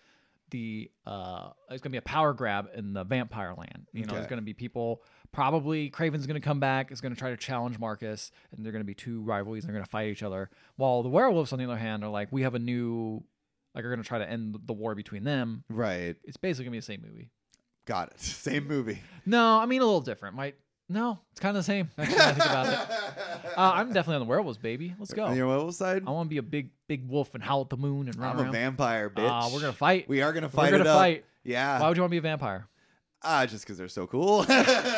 the. Uh, it's going to be a power grab in the vampire land. You know, Okay. there's going to be people. Probably Craven's going to come back. Is going to try to challenge Marcus, and they're going to be two rivalries. And they're going to fight each other. While the werewolves, on the other hand, are like, we have a new. Like, are going to try to end the war between them. right. It's basically going to be the same movie. Got it. Same movie. No, I mean a little different. Might no, it's kind of the same. Actually, when I think about it. Uh, I'm definitely on the werewolves, baby. Let's go. On your werewolf side. I want to be a big, big wolf and howl at the moon and run I'm around. a vampire, bitch. Ah, we're gonna fight. We uh, are gonna We're fight gonna it up. fight. Yeah. Why would you want to be a vampire? Ah, just because they're so cool.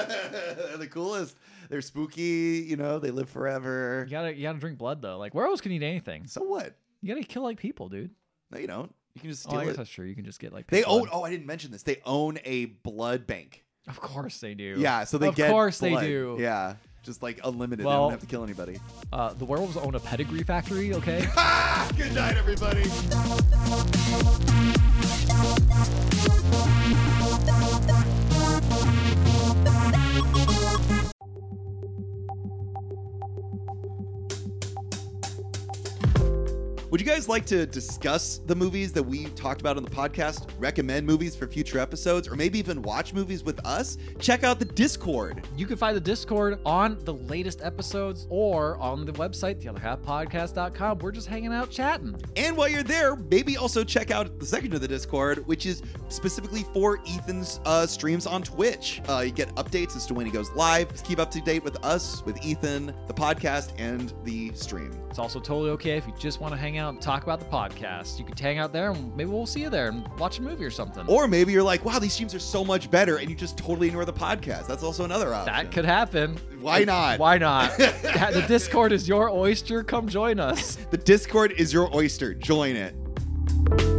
they're the coolest. They're spooky. You know, they live forever. You gotta, you gotta drink blood though. Like werewolves can eat anything. So what? You gotta kill like people, dude. No, you don't. You can just Oh, steal I guess it. that's true. You can just get like They pig blood. own. Oh, I didn't mention this. They own a blood bank. Of course they do. Yeah, so they of get. Of course blood. they do. Yeah, just like unlimited. they Well- don't have to kill anybody. Uh, the werewolves own a pedigree factory. Okay. Ah, good night, everybody. Would you guys like to discuss the movies that we talked about on the podcast, recommend movies for future episodes, or maybe even watch movies with us? Check out the Discord. You can find the Discord on the latest episodes or on the website, theotherhalfpodcast.com. We're just hanging out chatting. And while you're there, maybe also check out the second of the Discord, which is specifically for Ethan's uh, streams on Twitch. Uh, you get updates as to when he goes live. Just keep up to date with us, with Ethan, the podcast, and the stream. It's also totally okay if you just want to hang out and talk about the podcast. You could hang out there and maybe we'll see you there and watch a movie or something. Or maybe you're like, wow, these streams are so much better, and you just totally ignore the podcast. That's also another option. that could happen. Why not? Why not? the Discord is your oyster. Come join us. The Discord is your oyster. Join it.